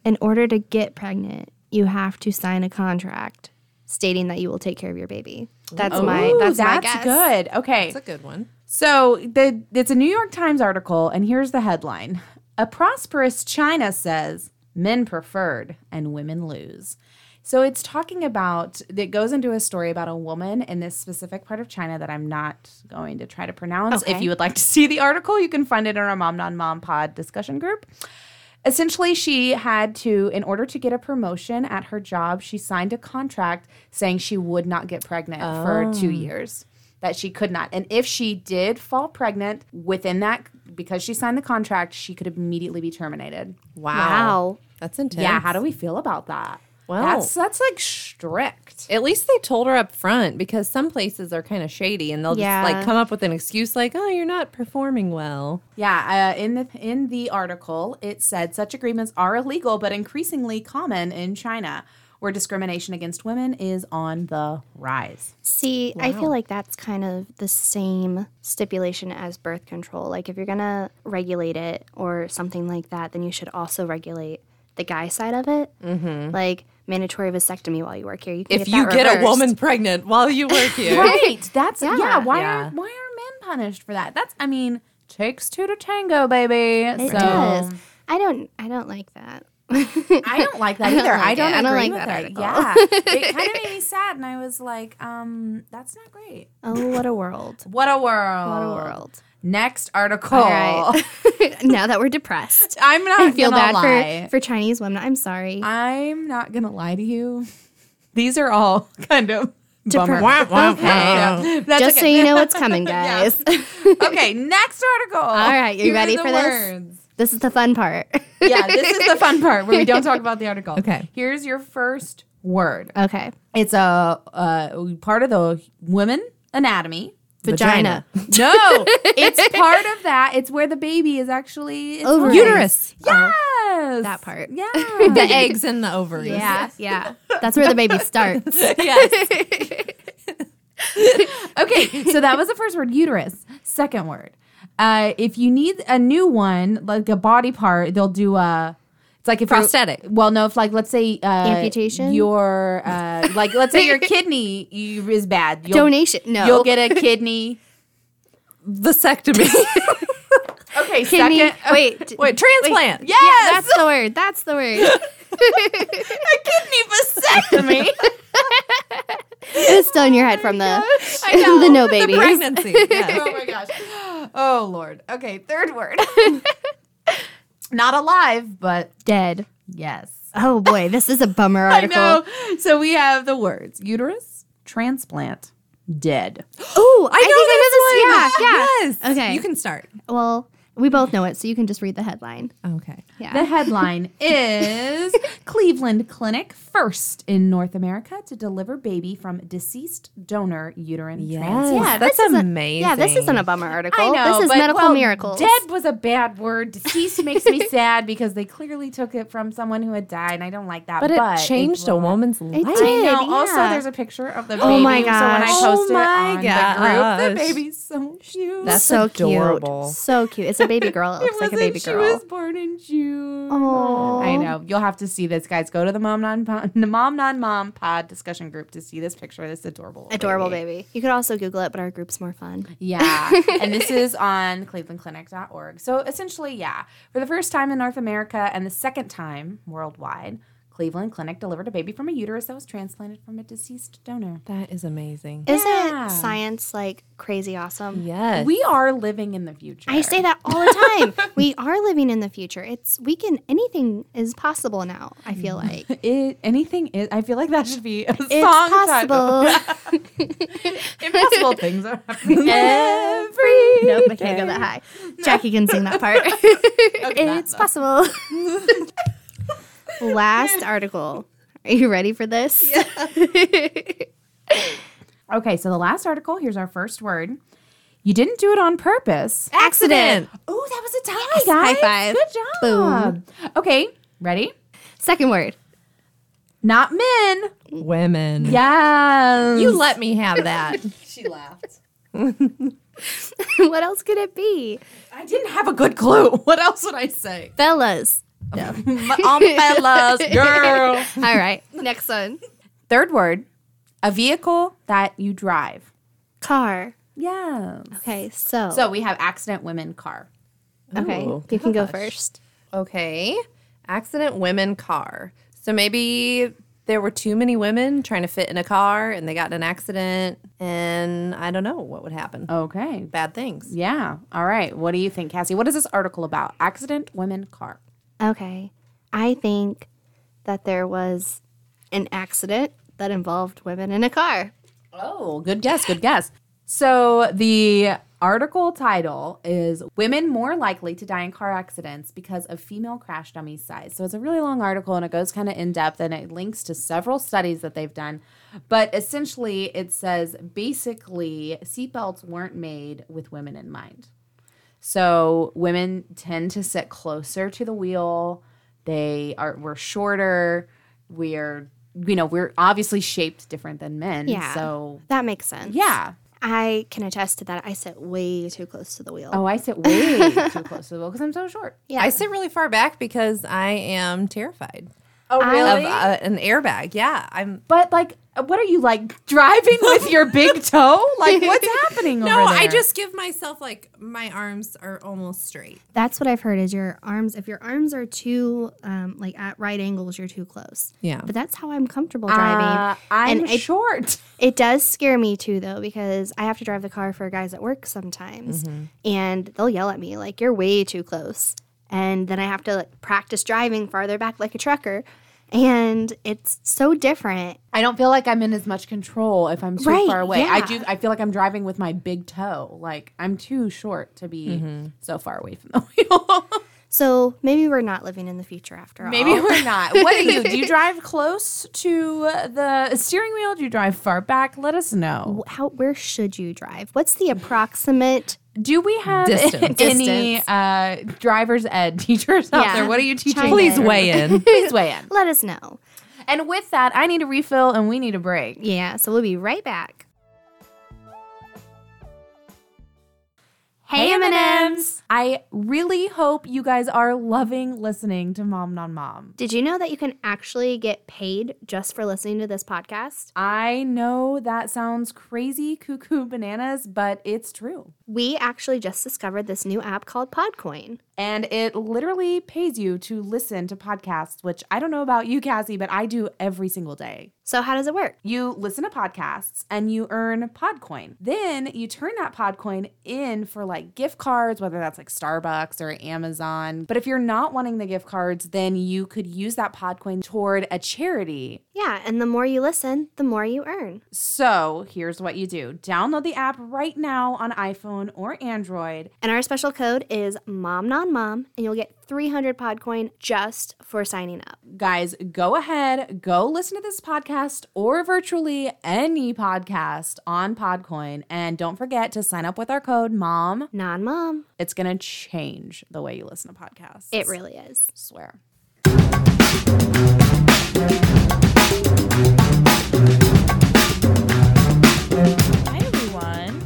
Speaker 1: in order to get pregnant, you have to sign a contract stating that you will take care of your baby. That's my
Speaker 2: Ooh,
Speaker 1: that's, my
Speaker 2: that's
Speaker 1: guess.
Speaker 2: good. Okay.
Speaker 3: That's a good one.
Speaker 2: So the it's a New York Times article, and here's the headline: A prosperous China says men preferred and women lose. So it's talking about it goes into a story about a woman in this specific part of China that I'm not going to try to pronounce. If
Speaker 1: Okay.
Speaker 2: you would like to see the article, you can find it in our Mom Non Mom Pod discussion group. Essentially, she had to, in order to get a promotion at her job, she signed a contract saying she would not get pregnant for two years, that she could not. And if she did fall pregnant within that, because she signed the contract, she could immediately be terminated.
Speaker 3: Wow.
Speaker 1: Wow.
Speaker 3: That's intense.
Speaker 2: Yeah, how do we feel about that?
Speaker 3: Wow.
Speaker 2: That's, that's like strict.
Speaker 3: At least they told her up front because some places are kind of shady and they'll
Speaker 1: Yeah.
Speaker 3: just like come up with an excuse like, "Oh, you're not performing well."
Speaker 2: Yeah, uh, in the in the article, it said such agreements are illegal but increasingly common in China, where discrimination against women is on the rise.
Speaker 1: See, I feel like that's kind of the same stipulation as birth control. Like if you're going to regulate it or something like that, then you should also regulate the guy side of it. Mm-hmm. Like mandatory vasectomy while you work here. You can
Speaker 3: If
Speaker 1: get
Speaker 3: you
Speaker 1: that
Speaker 3: get a
Speaker 1: reversed.
Speaker 3: woman pregnant while you work here,
Speaker 2: Right. That's yeah.
Speaker 1: Yeah.
Speaker 2: why
Speaker 3: Yeah.
Speaker 2: are why are men punished for that? That's I mean, takes two to tango, baby.
Speaker 1: It
Speaker 2: so
Speaker 1: does. I don't. I don't like that.
Speaker 2: I don't like that either.
Speaker 1: don't like it.
Speaker 2: I don't,
Speaker 1: I don't
Speaker 2: agree
Speaker 1: like that
Speaker 2: with
Speaker 1: article.
Speaker 2: it. Yeah, it kind of made me sad, and I was like, um, that's not great.
Speaker 1: Oh, what a world.
Speaker 2: What a world!
Speaker 1: What a world.
Speaker 2: Next article.
Speaker 1: All right. now that we're depressed,
Speaker 2: I'm not
Speaker 1: I feel
Speaker 2: gonna
Speaker 1: bad
Speaker 2: lie.
Speaker 1: for, for Chinese women. I'm sorry.
Speaker 2: I'm not gonna lie to you. These are all kind of bummer. Yeah, that's
Speaker 1: Just so
Speaker 2: okay.
Speaker 1: you know what's coming, guys.
Speaker 2: okay, next article.
Speaker 1: All right, you
Speaker 2: Here are
Speaker 1: ready
Speaker 2: the
Speaker 1: for this?
Speaker 2: words.
Speaker 1: this is the fun part.
Speaker 2: Yeah, this is the fun part where we don't talk about the article. Okay, here's your first word.
Speaker 1: okay.
Speaker 2: It's a uh, part of the woman anatomy.
Speaker 1: Vagina.
Speaker 2: No, it's part of that. It's where the baby is actually it's
Speaker 1: Ovaries.
Speaker 3: Uterus.
Speaker 2: Yes,
Speaker 1: that part.
Speaker 2: Yeah,
Speaker 3: The eggs and the ovaries.
Speaker 1: Yeah, yeah. That's where the baby starts.
Speaker 2: yes. okay, so that was the first word, uterus. Second word. Uh, if you need a new one, like a body part, they'll do a. It's like if you're-
Speaker 3: Prosthetic.
Speaker 2: Well, no, if like let's say uh,
Speaker 1: Amputation?
Speaker 2: Your uh, like let's say your kidney you, is bad. You'll,
Speaker 1: Donation. No.
Speaker 2: You'll get a kidney.
Speaker 3: Vasectomy.
Speaker 2: Okay,
Speaker 1: kidney.
Speaker 2: second.
Speaker 1: Wait. d-
Speaker 3: Wait, transplant.
Speaker 1: Yeah, that's the word. That's the word.
Speaker 2: kidney vasectomy.
Speaker 1: It was still in your head from the
Speaker 2: Oh I know.
Speaker 1: the no babies.
Speaker 3: Pregnancy. Yeah.
Speaker 2: oh my gosh. Oh lord. Okay, third word. Not alive, but
Speaker 1: Dead.
Speaker 2: yes.
Speaker 1: Oh boy, this is a bummer article.
Speaker 2: I know. So we have the words uterus, transplant, dead.
Speaker 1: Oh, I,
Speaker 3: know
Speaker 1: think I know this. Yeah, yeah.
Speaker 3: Yes.
Speaker 1: Okay.
Speaker 3: You can start.
Speaker 1: Well, we both know it, so you can just read the headline.
Speaker 3: Okay.
Speaker 1: Yeah.
Speaker 2: The headline is Cleveland Clinic first in North America to deliver baby from deceased donor uterine transplant.
Speaker 1: Yeah,
Speaker 3: that's
Speaker 1: this isn't-
Speaker 3: amazing.
Speaker 1: Yeah, this isn't a bummer article.
Speaker 2: I know,
Speaker 1: this is
Speaker 2: but,
Speaker 1: medical
Speaker 2: well,
Speaker 1: miracles.
Speaker 2: Dead was a bad word. Deceased makes me sad because they clearly took it from someone who had died, and I don't like that.
Speaker 3: But
Speaker 2: But,
Speaker 3: it changed a
Speaker 2: woman.
Speaker 3: woman's life.
Speaker 1: did.
Speaker 2: I know.
Speaker 1: yeah.
Speaker 2: Also, there's a picture of the baby.
Speaker 1: Oh my
Speaker 2: So when I
Speaker 1: gosh.
Speaker 2: posted
Speaker 3: Oh my
Speaker 2: it on the group, the
Speaker 3: gosh.
Speaker 2: baby's so cute.
Speaker 3: That's
Speaker 1: so
Speaker 3: adorable.
Speaker 1: cute. So cute. It's a baby girl. It looks like a baby
Speaker 2: she
Speaker 1: girl.
Speaker 2: was born in June.
Speaker 1: Aw.
Speaker 2: I know. You'll have to see this, guys. Go to the mom non Pod- the mom non mom pod discussion group to see this picture. of This adorable, little
Speaker 1: Adorable baby. You could also Google it, but our group's more fun.
Speaker 2: Yeah. and this is on clevelandclinic.org. So essentially, yeah, for the first time in North America and the second time worldwide, Cleveland Clinic delivered a baby from a uterus that was transplanted from a deceased donor.
Speaker 3: That is amazing.
Speaker 1: Isn't
Speaker 2: Yeah.
Speaker 1: science like crazy awesome?
Speaker 3: Yes.
Speaker 2: We are living in the future.
Speaker 1: I say that all the time. we are living in the future. It's we can anything is possible now. I feel like
Speaker 2: It, anything is. I feel like that should be a
Speaker 1: it's
Speaker 2: song title.
Speaker 1: possible.
Speaker 2: Impossible things are happening every.
Speaker 1: nope, I can't go that high. Jackie can sing that part. it's possible. Last article. Are you ready for this?
Speaker 2: Okay, so the last article. Here's our first word. You didn't do it on purpose.
Speaker 3: Accident.
Speaker 2: Oh, that was a tie,
Speaker 1: high
Speaker 2: guys.
Speaker 1: five.
Speaker 2: Good job. Okay, ready?
Speaker 1: Second word.
Speaker 2: Not men.
Speaker 3: Women.
Speaker 2: Yes.
Speaker 3: You let me have that.
Speaker 2: she laughed.
Speaker 1: what else could it be?
Speaker 2: I didn't have a good clue. What else would I say?
Speaker 1: Fellas.
Speaker 2: On fellas, girl.
Speaker 1: All right. Next one.
Speaker 2: Third word, a vehicle that you drive.
Speaker 1: Car.
Speaker 2: Yeah.
Speaker 1: Okay. So.
Speaker 2: So we have accident, women, car.
Speaker 1: okay.
Speaker 3: Ooh,
Speaker 1: you can go
Speaker 3: gosh.
Speaker 1: first.
Speaker 3: Okay. Accident women car. So maybe there were too many women trying to fit in a car and they got in an accident and I don't know what would happen.
Speaker 2: Oh. Okay.
Speaker 3: Bad things.
Speaker 2: Yeah. All right. What do you think, Cassie? What is this article about? Accident, women, car.
Speaker 1: Okay. I think that there was an accident that involved women in a car.
Speaker 2: Oh, good guess. Good guess. So the article title is Women More Likely to Die in Car Accidents Because of Female Crash Dummy Size. So it's a really long article and it goes kind of in depth and it links to several studies that they've done. But essentially, it says basically, seatbelts weren't made with women in mind. So women tend to sit closer to the wheel. They are we're shorter. We're you know we're obviously shaped different than men.
Speaker 1: Yeah.
Speaker 2: So
Speaker 1: That makes sense.
Speaker 2: yeah.
Speaker 1: I can attest to that. I sit way too close to the wheel.
Speaker 2: Oh, I sit way too close to the wheel because I'm so short.
Speaker 1: yeah.
Speaker 3: I sit really far back because I am terrified
Speaker 2: Oh
Speaker 1: I-
Speaker 3: of uh, an airbag. Yeah, I'm
Speaker 2: but like What are you like driving with your big toe? Like what's happening?
Speaker 4: No,
Speaker 2: over there?
Speaker 4: I just give myself like my arms are almost straight.
Speaker 1: That's what I've heard is your arms, if your arms are too, um, like at right angles, you're too close.
Speaker 3: Yeah.
Speaker 1: But that's how I'm comfortable driving.
Speaker 2: Uh, I'm
Speaker 1: And I-
Speaker 2: short.
Speaker 1: It does scare me too, though, because I have to drive the car for guys at work sometimes, and they'll yell at me like, "You're way too close," and then I have to like, practice driving farther back like a trucker, and it's so different.
Speaker 2: I don't feel like I'm in as much control if I'm too
Speaker 1: Right,
Speaker 2: far away. I
Speaker 1: yeah.
Speaker 2: do. I feel like I'm driving with my big toe. Like I'm too short to be so far away from the wheel. Oh.
Speaker 1: So maybe we're not living in the future after all.
Speaker 2: Maybe we're not. What do you do? You drive close to the steering wheel? Do you drive far back? Let us know.
Speaker 1: How, where should you drive? What's the approximate?
Speaker 2: Do we have
Speaker 3: Distance.
Speaker 2: any uh, driver's ed teachers out
Speaker 1: Yeah.
Speaker 2: there? What are you teaching?
Speaker 1: Chime
Speaker 3: Please
Speaker 1: in.
Speaker 3: weigh in.
Speaker 2: Please weigh in.
Speaker 1: Let us know.
Speaker 2: And with that, I need a refill and we need a break.
Speaker 1: Yeah, so we'll be right back. Hey, M&Ms.
Speaker 2: I really hope you guys are loving listening to Mom Non Mom.
Speaker 1: Did you know that you can actually get paid just for listening to this podcast?
Speaker 2: I know that sounds crazy, cuckoo bananas, but it's true.
Speaker 1: We actually just discovered this new app called Podcoin.
Speaker 2: And it literally pays you to listen to podcasts, which I don't know about you, Cassie, but I do every single day.
Speaker 1: So, how does it work?
Speaker 2: You listen to podcasts and you earn Podcoin. Then you turn that Podcoin in for like gift cards, whether that's like Starbucks or Amazon. But if you're not wanting the gift cards, then you could use that Podcoin toward a charity.
Speaker 1: Yeah, and the more you listen, the more you earn.
Speaker 2: So here's what you do download the app right now on iPhone or Android.
Speaker 1: And our special code is MOMNONMOM, and you'll get 300 Podcoin just for signing up.
Speaker 2: Guys, go ahead, go listen to this podcast or virtually any podcast on Podcoin. And don't forget to sign up with our code MOM.
Speaker 1: Non mom,
Speaker 2: It's going to change the way you listen to podcasts.
Speaker 1: it really is.
Speaker 2: swear.
Speaker 4: Hi everyone.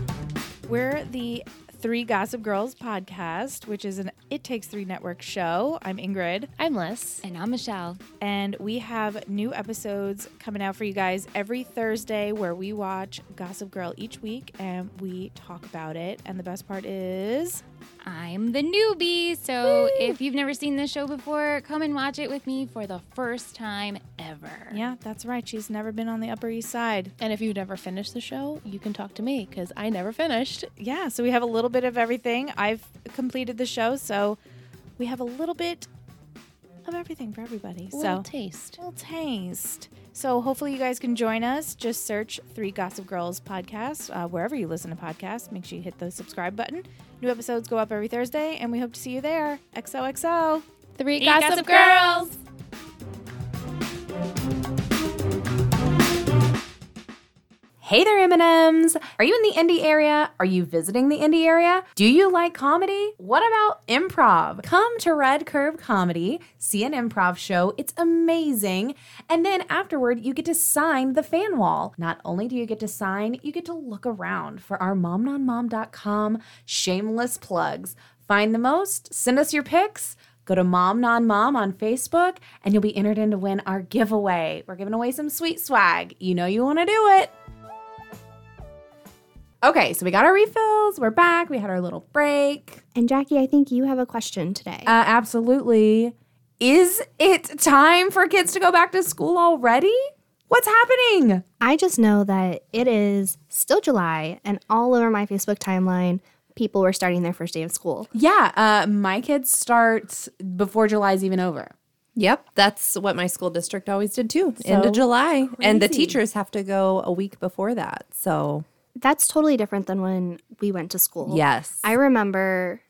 Speaker 4: We're the Three Gossip Girls podcast, which is an It Takes Three Network show. I'm Ingrid.
Speaker 5: I'm Liz.
Speaker 6: And I'm Michelle.
Speaker 5: And we have new episodes coming out for you guys every Thursday where we watch Gossip Girl each week and we talk about it. And the best part is
Speaker 6: I'm the newbie. So if you've never seen this show before, come and watch it with me for the first time ever.
Speaker 5: yeah, that's right. She's never been on the Upper East Side.
Speaker 7: And if you never finished the show, you can talk to me because I never finished.
Speaker 5: Yeah, so we have a little bit of everything. I've completed the show, so we have a little bit of everything for everybody.
Speaker 7: Little
Speaker 5: So
Speaker 7: taste.
Speaker 5: little taste. So hopefully you guys can join us. Just search Three Gossip Girls podcast uh, wherever you listen to podcasts. Make sure you hit the subscribe button. New episodes go up every Thursday, and we hope to see you there. XOXO.
Speaker 7: Three,
Speaker 6: Gossip Girls.
Speaker 2: Hey there, M&Ms. Are you in the indie area? Are you visiting the indie area? Do you like comedy? What about improv? Come to Red Curve Comedy, see an improv show. It's amazing. And then afterward, you get to sign the fan wall. Not only do you get to sign, you get to look around for our momnonmom.com shameless plugs. Find the most, send us your pics. Go to Mom Non Mom on Facebook and you'll be entered in to win our giveaway. We're giving away some sweet swag. You know you want to do it. Okay, so we got our refills. We're back. We had our little break.
Speaker 1: And Jackie, I think you have a question today.
Speaker 2: Uh, absolutely. Is it time for kids to go back to school already? What's happening?
Speaker 1: I just know that it is still July, and all over my Facebook timeline, people were starting their first day of school.
Speaker 2: Yeah, uh, my kids start before July's even over.
Speaker 3: Yep, that's what my school district always did too. End of July, and the teachers have to go a week before that. So
Speaker 1: That's totally different than when we went to school.
Speaker 3: yes,
Speaker 1: I remember.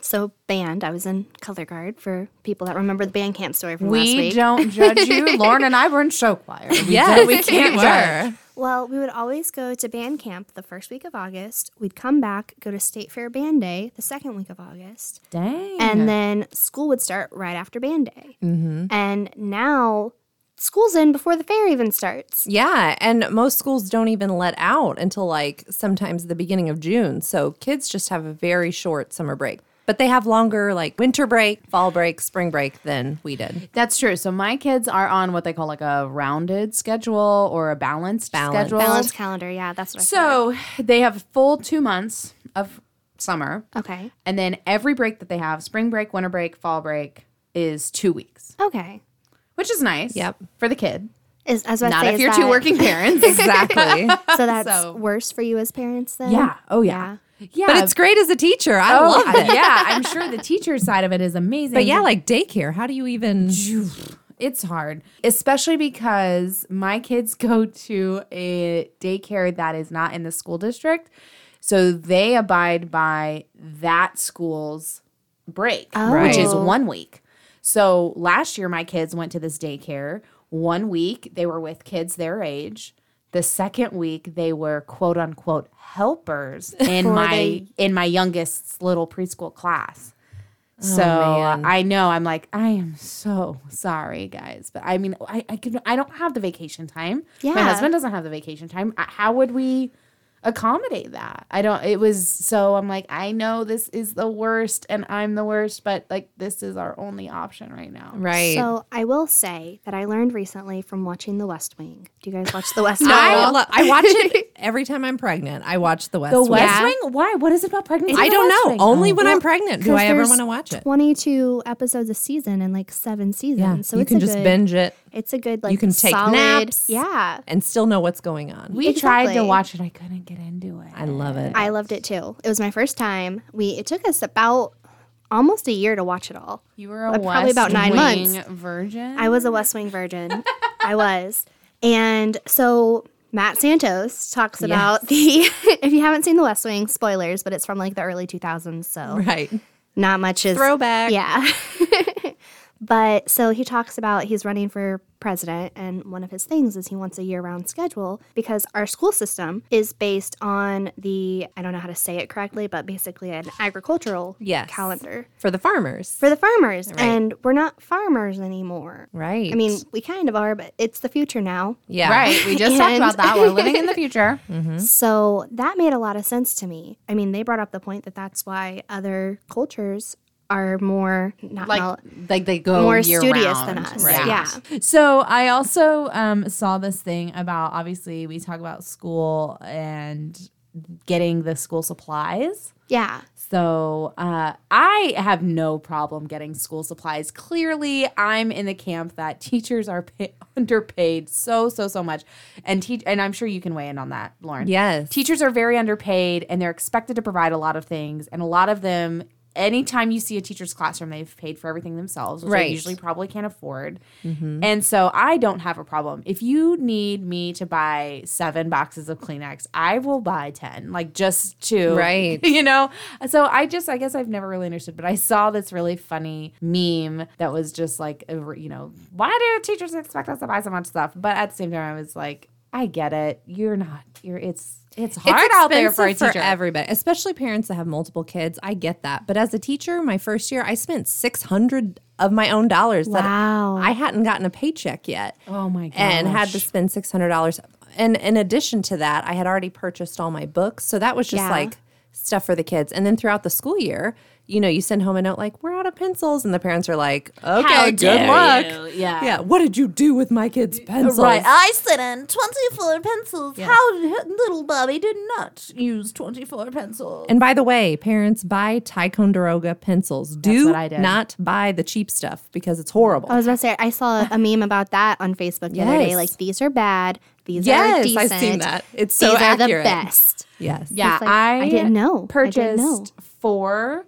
Speaker 1: So band, I was in color guard for people that remember the band camp story from last
Speaker 2: We
Speaker 1: week.
Speaker 2: don't judge you. Lauren and I were in show choir. We
Speaker 3: yes, we can't judge.
Speaker 1: Well, we would always go to band camp the first week of August. We'd come back, go to State Fair Band Day the second week of August,
Speaker 2: Dang.
Speaker 1: and then school would start right after Band Day.
Speaker 2: Mm-hmm.
Speaker 1: And now school's in before the fair even starts.
Speaker 3: Yeah, and most schools don't even let out until like sometimes the beginning of June. So kids just have a very short summer break. But they have longer like winter break, fall break, spring break than we did.
Speaker 2: That's true. So my kids are on what they call like a rounded schedule or a balanced
Speaker 3: Balanced.
Speaker 2: schedule.
Speaker 1: Balanced calendar. Yeah, that's what I thought.
Speaker 2: So they have full two months of summer,
Speaker 1: Okay.
Speaker 2: and then every break that they have spring break, winter break, fall break is two weeks,
Speaker 1: Okay.
Speaker 2: which is nice.
Speaker 3: Yep.
Speaker 2: For the kid.
Speaker 1: Is, as I
Speaker 2: Not
Speaker 1: say,
Speaker 2: if
Speaker 1: is
Speaker 2: you're two
Speaker 1: that-
Speaker 2: working parents.
Speaker 3: Exactly.
Speaker 1: So that's
Speaker 2: So-
Speaker 1: worse for you as parents then?
Speaker 2: Yeah. Oh, yeah. Yeah.
Speaker 3: But it's great as a teacher. I
Speaker 2: Oh,
Speaker 3: love it.
Speaker 2: yeah. I'm sure the teacher side of it is amazing.
Speaker 3: But yeah, like daycare, how do you even
Speaker 2: it's hard, especially because my kids go to a daycare that is not in the school district. So they abide by that school's break, which is
Speaker 1: Oh.
Speaker 2: one week. So last year, my kids went to this daycare. One week, they were with kids their age. The second week, they were quote unquote helpers in
Speaker 1: For
Speaker 2: my
Speaker 1: the-
Speaker 2: in my youngest's little preschool class. So
Speaker 3: Oh, man.
Speaker 2: I know I'm like I am so sorry, guys, but I mean I I can I don't have the vacation time. my
Speaker 1: Yeah.
Speaker 2: husband doesn't have the vacation time. I- How would we accommodate that? I don't. It was so I'm like I know this is the worst and I'm the worst, but like this is our only option right now.
Speaker 3: Right.
Speaker 1: So I will say that I learned recently from watching The West Wing. Do you guys watch The West Wing?
Speaker 3: I, lo- I watch it every time I'm pregnant. I watch the West.
Speaker 2: The
Speaker 3: Wing.
Speaker 2: West Wing? Why? What is it about pregnancy?
Speaker 3: I
Speaker 2: in the
Speaker 3: don't
Speaker 2: West
Speaker 3: know.
Speaker 2: Wing? Oh.
Speaker 3: Only when I'm pregnant do I ever
Speaker 1: there's
Speaker 3: want to watch it.
Speaker 1: 22 episodes a season and like seven seasons.
Speaker 3: Yeah,
Speaker 1: So
Speaker 3: you
Speaker 1: it's
Speaker 3: can
Speaker 1: a
Speaker 3: just
Speaker 1: good,
Speaker 3: binge it
Speaker 1: It's a good like
Speaker 3: can take
Speaker 1: solid,
Speaker 3: naps.
Speaker 1: Yeah.
Speaker 3: and still know what's going on.
Speaker 2: We tried to
Speaker 1: Exactly.
Speaker 2: watch it. I couldn't get into it.
Speaker 3: I love it.
Speaker 1: I loved it too. It was my first time. We it took us about almost a year to watch it all.
Speaker 2: You were a
Speaker 1: Uh, probably about nine months.
Speaker 2: virgin.
Speaker 1: I was a West Wing virgin. I was. And so Matt Santos talks about the if you haven't seen the West Wing, spoilers, but it's from like the early 2000s, so
Speaker 3: right.
Speaker 1: not much is
Speaker 3: Throwback.
Speaker 1: Yeah. but so he talks about he's running for president, and one of his things is he wants a year round schedule because our school system is based on the, I don't know how to say it correctly, but basically an agricultural
Speaker 3: Yes.
Speaker 1: calendar
Speaker 3: For the farmers.
Speaker 1: for the farmers. And we're not farmers anymore.
Speaker 3: Right.
Speaker 1: I mean, we kind of are, but it's the future now.
Speaker 3: yeah.
Speaker 2: Right. We just talked
Speaker 1: And-
Speaker 2: about that. We're living in the future.
Speaker 3: Mm-hmm.
Speaker 1: So that made a lot of sense to me. I mean, they brought up the point that that's why other cultures are more not
Speaker 2: Like,
Speaker 1: knowledge-
Speaker 2: like they go
Speaker 1: more
Speaker 2: year
Speaker 1: studious
Speaker 2: round.
Speaker 1: than us.
Speaker 2: Right.
Speaker 1: Yeah.
Speaker 7: So I also um, saw this thing about obviously we talk about school and
Speaker 2: Getting the school supplies.
Speaker 1: Yeah.
Speaker 2: So uh, I have no problem getting school supplies. Clearly, I'm in the camp that teachers are pay- underpaid so so so much, and teach. And I'm sure you can weigh in on that, Lauren.
Speaker 3: Yes.
Speaker 2: teachers are very underpaid, and they're expected to provide a lot of things, and a lot of them. Anytime you see a teacher's classroom, they've paid for everything themselves, which
Speaker 3: Right. Mm-hmm.
Speaker 2: they usually probably can't afford. And so I don't have a problem. If you need me to buy seven boxes of Kleenex, I will buy 10, like just to
Speaker 3: Right.
Speaker 2: you know so i just i guess i've never really understood but i saw this really funny meme that was just like a re- you know why do teachers expect us to buy so much stuff but at the same time i was like i get it you're not you're it's it's
Speaker 3: It's
Speaker 2: hard out there for a
Speaker 3: expensive
Speaker 2: teacher
Speaker 3: everybody, especially parents that have multiple kids. I get that. But as a teacher, my first year, I spent 600 of my own dollars
Speaker 1: Wow.
Speaker 3: that I hadn't gotten a paycheck yet.
Speaker 2: oh my god
Speaker 3: and had to spend six hundred dollars. And in addition to that, I had already purchased all my books, so that was just
Speaker 1: Yeah.
Speaker 3: like stuff for the kids. And then throughout the school year, you know, you send home a note like, "We're out of pencils," and the parents are like, "Okay, good luck."
Speaker 2: yeah
Speaker 3: Yeah, what did you do with my kids' pencils?
Speaker 8: Right, I sent in 24 pencils. How did little Bobby did not use 24 pencils?
Speaker 3: And by the way, parents buy Ticonderoga pencils. do
Speaker 2: what I did. Uh,
Speaker 3: not buy the cheap stuff because it's horrible.
Speaker 1: I was about to say I saw a meme about that on Facebook the other day.
Speaker 3: Yes.
Speaker 1: Like these are bad, these are
Speaker 3: yes, I've
Speaker 1: decent.
Speaker 3: seen that. It's so
Speaker 1: these
Speaker 3: accurate.
Speaker 1: are the best.
Speaker 3: Yes.
Speaker 2: yeah
Speaker 1: It's like,
Speaker 2: I,
Speaker 1: I didn't know. I
Speaker 2: purchased
Speaker 1: didn't know.
Speaker 2: four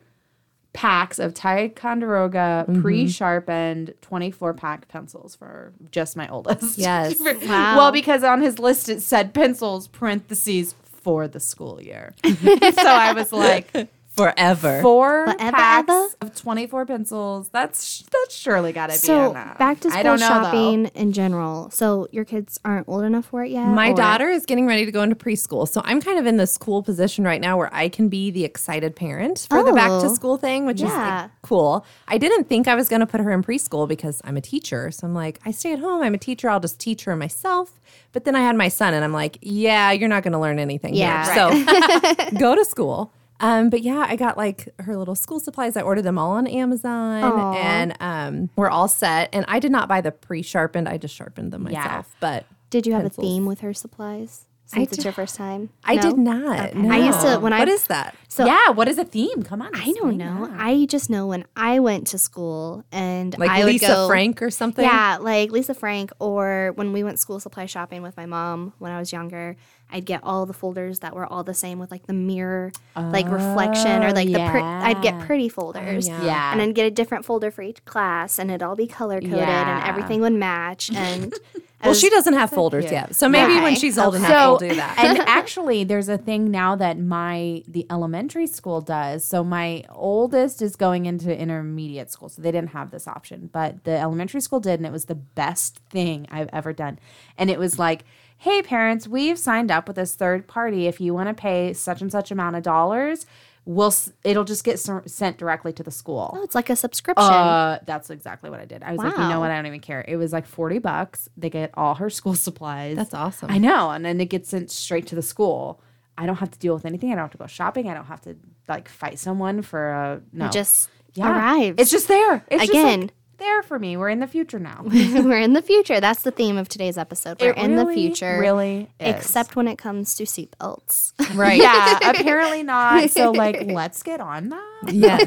Speaker 2: packs of ticonderoga
Speaker 1: Mm-hmm.
Speaker 2: pre-sharpened 24 pack pencils for just my oldest
Speaker 3: Yes.
Speaker 1: Wow.
Speaker 2: Well, because on his list it said pencils parentheses for the school year. so I was like
Speaker 3: Forever.
Speaker 2: four
Speaker 1: Forever,
Speaker 2: packs
Speaker 1: ever?
Speaker 2: of 24 pencils. That's that's surely got to be
Speaker 1: so
Speaker 2: enough.
Speaker 1: back to
Speaker 2: I
Speaker 1: school
Speaker 2: don't know, though.
Speaker 1: shopping in general. So your kids aren't old enough for it yet.
Speaker 3: My
Speaker 1: or-
Speaker 3: daughter is getting ready to go into preschool. So I'm kind of in this cool position right now where I can be the excited parent for the back to
Speaker 1: Oh.
Speaker 3: school thing, which is
Speaker 1: Yeah.
Speaker 3: like cool. I didn't think I was going to put her in preschool because I'm a teacher. So I'm like, I stay at home. I'm a teacher. I'll just teach her myself. But then I had my son and I'm like, yeah, you're not going to learn anything
Speaker 1: Yeah.
Speaker 3: here. So go to school. Um, but yeah, I got like her little school supplies. I ordered them all on Amazon and um, we're all set. And I did not buy the pre sharpened, I just sharpened them myself. But
Speaker 1: Did you have
Speaker 3: Pencils.
Speaker 1: a theme with her supplies? Since it's your first time,
Speaker 3: I
Speaker 1: No?
Speaker 3: did not.
Speaker 1: I used to- when I-
Speaker 3: What is that?
Speaker 1: So
Speaker 2: yeah, what is a theme? Come on.
Speaker 1: I don't know. I just know when I went to school and
Speaker 3: Like
Speaker 1: I
Speaker 3: Lisa
Speaker 1: would go,
Speaker 3: Frank or something?
Speaker 1: Yeah, like Lisa Frank, or when we went school supply shopping with my mom when I was younger, I'd get all the folders that were all the same with like the mirror, like reflection,
Speaker 3: Oh,
Speaker 1: or like the pr- I'd get pretty folders.
Speaker 2: Yeah.
Speaker 1: And I'd get a different folder for each class, and it'd all be color coded,
Speaker 2: Yeah.
Speaker 1: and everything would match. And I
Speaker 3: Well,
Speaker 1: was-
Speaker 3: she doesn't have folders yet. So maybe when
Speaker 1: Okay.
Speaker 3: she's old enough,
Speaker 2: So-
Speaker 3: we'll do that.
Speaker 2: and actually there's a thing now that my the elementary school does so my oldest is going into intermediate school so they didn't have this option but the elementary school did and it was the best thing i've ever done and it was like hey parents we've signed up with this third party if you want to pay such and such amount of dollars we'll s- it'll just get ser- sent directly to the school
Speaker 1: Oh, it's like a subscription.
Speaker 2: uh, that's exactly what I did. I was like, you know
Speaker 1: Wow.
Speaker 2: what? I don't even care. It was like 40 bucks. They get all her school supplies.
Speaker 3: That's awesome.
Speaker 2: I know. And then it gets sent straight to the school. I don't have to deal with anything. I don't have to go shopping. I don't have to like fight someone for a no.
Speaker 1: It just
Speaker 2: Yeah.
Speaker 1: arrives.
Speaker 2: It's just there. It's just, like,
Speaker 1: Again.
Speaker 2: there for me. We're in the future now.
Speaker 1: we're in the future. That's the theme of today's episode. We're
Speaker 2: It
Speaker 1: in the
Speaker 2: really,
Speaker 1: future.
Speaker 2: Really. is.
Speaker 1: Except when it comes to seatbelts.
Speaker 3: right.
Speaker 2: yeah, apparently not. So like, let's get on that.
Speaker 3: Yes.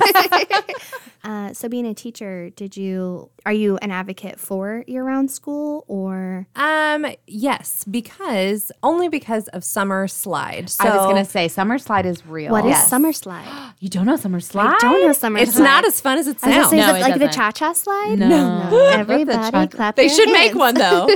Speaker 1: Uh, so, being a teacher, did you are you an advocate for year-round school or
Speaker 3: Um, yes, because only because of summer slide. So
Speaker 2: I was gonna say summer slide is real.
Speaker 1: what is summer slide?
Speaker 2: You don't know summer slide?
Speaker 1: I don't know summer
Speaker 3: it's
Speaker 1: slide.
Speaker 3: not as fun as it
Speaker 1: I was gonna
Speaker 3: sounds.
Speaker 1: say, is
Speaker 7: No,
Speaker 1: it
Speaker 7: it
Speaker 1: like the
Speaker 7: doesn't.
Speaker 1: cha-cha slide?
Speaker 7: No.
Speaker 1: Everybody clap
Speaker 3: They
Speaker 1: their
Speaker 3: should make
Speaker 1: hands.
Speaker 3: one though.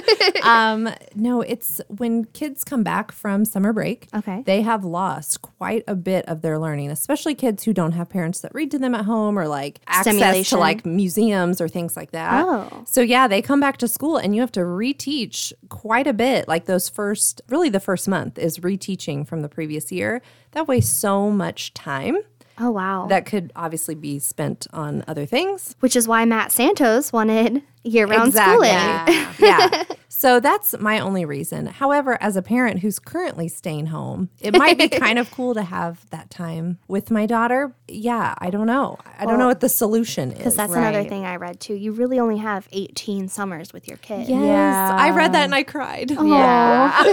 Speaker 3: um, no, it's when kids come back from summer break.
Speaker 1: Okay.
Speaker 3: They have lost quite a bit of their learning, especially kids who don't have parents that read to them at home or like access to
Speaker 1: Stimulation.
Speaker 3: like museums or things like that.
Speaker 1: Oh.
Speaker 3: So yeah, they come back to school and you have to reteach quite a bit. Like those first, really the first month is reteaching from the previous year. That wastes so much time
Speaker 1: Oh wow.
Speaker 3: that could obviously be spent on other things.
Speaker 1: Which is why Matt Santos wanted year-round schooling.
Speaker 3: Yeah. yeah. So that's my only reason. However, as a parent who's currently staying home, it might be kind of cool to have that time with my daughter. Yeah, I don't know. I don't know what the solution is.
Speaker 1: Because that's another thing I read too. You really only have 18 summers with your kid.
Speaker 3: yes. I read that and I cried.
Speaker 2: Yeah.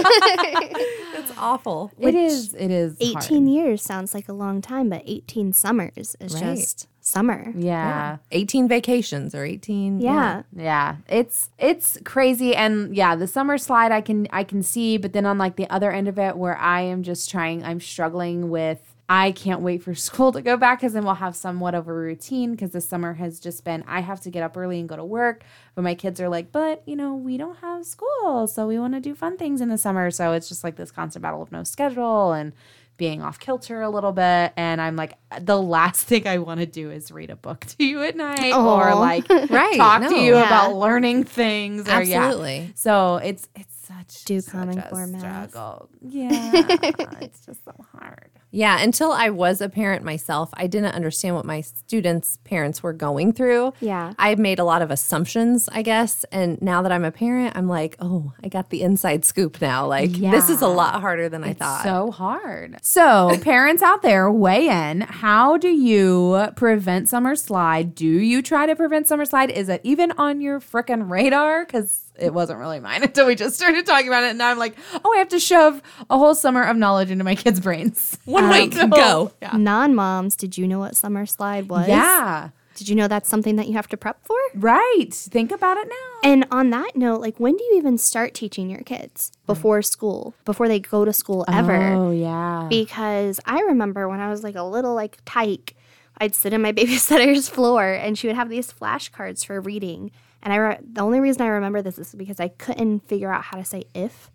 Speaker 3: It's awful.
Speaker 2: it is it is
Speaker 1: 18
Speaker 2: hard.
Speaker 1: years sounds like a long time, but 18 summers is just summer.
Speaker 2: Yeah.
Speaker 3: 18 vacations or 18.
Speaker 1: Yeah.
Speaker 2: Yeah. It's it's crazy and yeah, the summer slide I can I can see, but then on like the other end of it where I am just trying I'm struggling with I can't wait for school to go back because then we'll have somewhat of a routine because this summer has just been I have to get up early and go to work. But my kids are like, but you know, we don't have school, so we want to do fun things in the summer. So it's just like this constant battle of no schedule and being off kilter a little bit. And I'm like, the last thing I want to do is read a book to you at night or
Speaker 1: Aw.
Speaker 2: like
Speaker 3: Right,
Speaker 2: talk
Speaker 3: no.
Speaker 2: to you
Speaker 1: Yeah.
Speaker 2: about learning things. Or, yeah.
Speaker 3: Absolutely.
Speaker 2: So it's it's such
Speaker 1: Do
Speaker 2: such
Speaker 1: Common
Speaker 2: a
Speaker 1: Core math.
Speaker 2: struggle. Yeah, it's just so hard.
Speaker 3: Yeah, until I was a parent myself, I didn't understand what my students' parents were going through.
Speaker 1: Yeah.
Speaker 3: I made a lot of assumptions, I guess. And now that I'm a parent, I'm like, oh, I got the inside scoop now. Like, this is a lot harder than I thought.
Speaker 2: So hard. So, parents out there, weigh in. How do you prevent summer slide? Do you try to prevent summer slide? Is it even on your frickin' radar? Because it wasn't really mine until we just started talking about it. And now I'm like, oh, I have to shove a whole summer of knowledge into my kids' brains.
Speaker 3: One week, go.
Speaker 1: Non-moms, did you know what summer slide was?
Speaker 2: Yeah.
Speaker 1: Did you know that's something that you have to prep for?
Speaker 2: Right. Think about it now.
Speaker 1: And on that note, like when do you even start teaching your kids before school, before they go to school ever?
Speaker 2: Oh. yeah.
Speaker 1: Because I remember when I was like a little like tyke, I'd sit in my babysitter's floor and she would have these flashcards for reading. And I re- the only reason I remember this is because I couldn't figure out how to say if,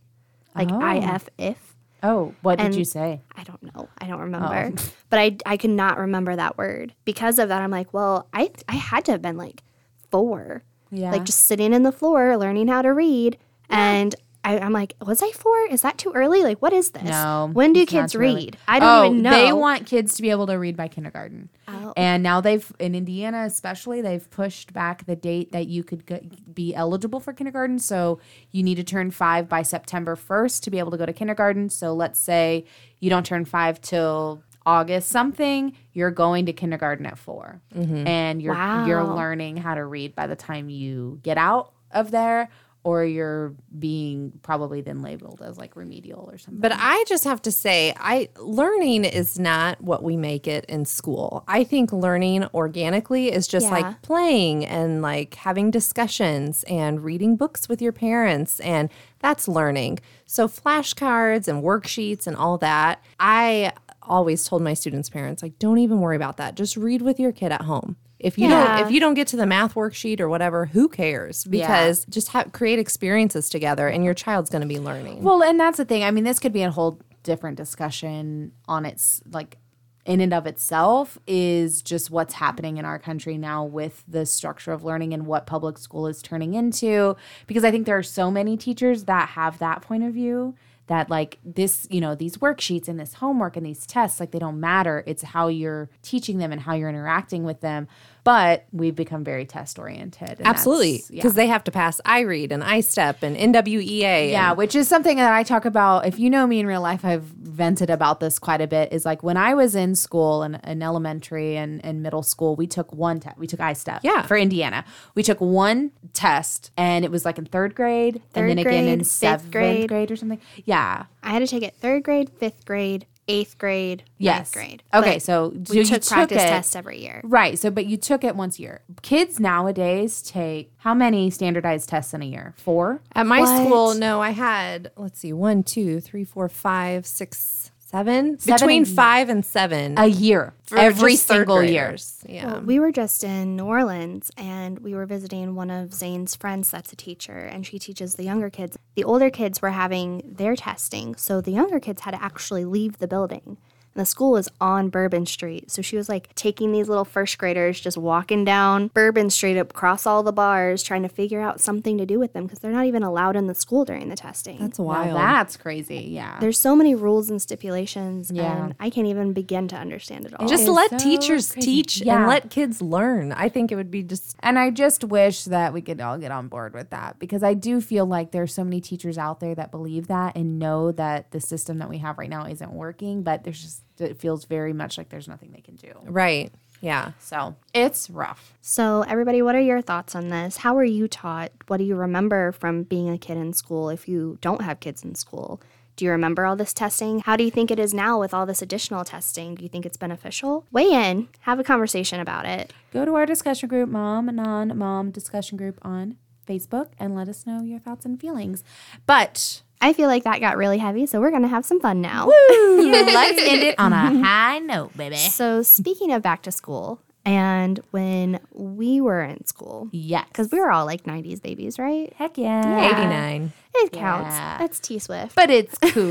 Speaker 1: like I if if.
Speaker 2: Oh, what
Speaker 1: And-
Speaker 2: did you say?
Speaker 1: I don't know. I don't remember.
Speaker 2: Oh.
Speaker 1: But I I could not remember that word. Because of that, I'm like, well, I I had to have been like four.
Speaker 2: Yeah.
Speaker 1: Like just sitting in the floor learning how to read. And I, I'm like, was I four? Is that too early? Like, what is this?
Speaker 2: No,
Speaker 1: When do
Speaker 2: it's not
Speaker 1: kids
Speaker 2: too early. Oh,
Speaker 1: read? I don't even know.
Speaker 2: They want kids to be able to read by kindergarten.
Speaker 1: Oh.
Speaker 2: And now they've, in Indiana especially, they've pushed back the date that you could go- be eligible for kindergarten. So you need to turn five by September 1st to be able to go to kindergarten. So let's say you don't turn five till August something, you're going to kindergarten at 4
Speaker 1: Mm-hmm.
Speaker 2: and you're you're learning how to read by the time you get out of there, or you're being probably then labeled as like remedial or something.
Speaker 3: But I just have to say, I learning is not what we make it in school. I think learning organically is just
Speaker 1: Yeah.
Speaker 3: like playing and like having discussions and reading books with your parents and that's learning. So flashcards and worksheets and all that. I always told my students' parents like don't even worry about that. Just read with your kid at home. If you don't if you don't get to the math worksheet or whatever, who cares? Because just ha- create experiences together and your child's going to be learning.
Speaker 2: Well, and that's the thing. I mean, this could be a whole different discussion on its like in and of itself is just what's happening in our country now with the structure of learning and what public school is turning into because I think there are so many teachers that have that point of view that like this, you know, these worksheets and this homework and these tests like they don't matter. It's how you're teaching them and how you're interacting with them. But we've become very test oriented.
Speaker 3: Absolutely, because they have to pass IREAD and ISTEP E and NWEA.
Speaker 2: Yeah,
Speaker 3: and-
Speaker 2: which is something that I talk about. If you know me in real life, I've vented about this quite a bit. Is like when I was in school and in, elementary and, and middle school, we took one test. We took ISTEP.
Speaker 3: Yeah.
Speaker 2: For Indiana, we took one test, and it was like in third grade, and then
Speaker 1: Third
Speaker 2: again
Speaker 1: grade,
Speaker 2: in
Speaker 1: fifth
Speaker 2: seventh grade.
Speaker 1: grade.
Speaker 2: or something. Yeah.
Speaker 1: I had to take it third grade, fifth grade, eighth grade,
Speaker 2: Yes.
Speaker 1: ninth grade.
Speaker 2: Okay,
Speaker 1: But
Speaker 2: so so
Speaker 1: we
Speaker 2: you
Speaker 1: took practice
Speaker 2: it.
Speaker 1: tests every year.
Speaker 2: Right. So, but you took it once a year. Kids nowadays take how many standardized tests in a year? Four.
Speaker 3: At my school, no, I had let's see, one, two, three, four, five, six, seven, between five and seven
Speaker 2: A year.
Speaker 3: for
Speaker 2: every
Speaker 3: just third
Speaker 2: single year.
Speaker 3: graders. Yeah.
Speaker 1: Well, we were just in New Orleans and we were visiting one of Zane's friends that's a teacher and she teaches the younger kids. The older kids were having their testing, so the younger kids had to actually leave the building. And the school was on Bourbon Street. So she was like taking these little first graders, just walking down Bourbon Street across all the bars, trying to figure out something to do with them because they're not even allowed in the school during the testing.
Speaker 3: That's
Speaker 2: Wow,
Speaker 3: wild.
Speaker 2: that's crazy. Yeah.
Speaker 1: There's so many rules and stipulations,
Speaker 2: Yeah.
Speaker 1: and I can't even begin to understand
Speaker 2: Oh,
Speaker 1: it all.
Speaker 3: just let teachers
Speaker 2: crazy.
Speaker 3: teach
Speaker 2: Yeah.
Speaker 3: and let kids learn. I think it would be just
Speaker 2: And I just wish that we could all get on board with that because I do feel like there's so many teachers out there that believe that and know that the system that we have right now isn't working, but there's just it feels very much like there's nothing they can do.
Speaker 3: right. Yeah.
Speaker 2: So, it's rough.
Speaker 1: So, everybody, what are your thoughts on this? How were you taught? What do you remember from being a kid in school if you don't have kids in school? Do you remember all this testing? How do you think it is now with all this additional testing? Do you think it's beneficial? Weigh in, have a conversation about it.
Speaker 2: Go to our discussion group, Mom and Non Mom discussion group on Facebook and let us know your thoughts and feelings. But
Speaker 1: I feel like that got really heavy, so we're going to have some fun now.
Speaker 2: let's end it on a high note, baby.
Speaker 1: So, speaking of back to school and when we were in school,
Speaker 2: Yes.
Speaker 1: because we were all like 90s babies, right?
Speaker 2: heck yeah.
Speaker 3: 89.
Speaker 1: It counts.
Speaker 2: Yeah.
Speaker 1: That's T Swift.
Speaker 2: But it's cool.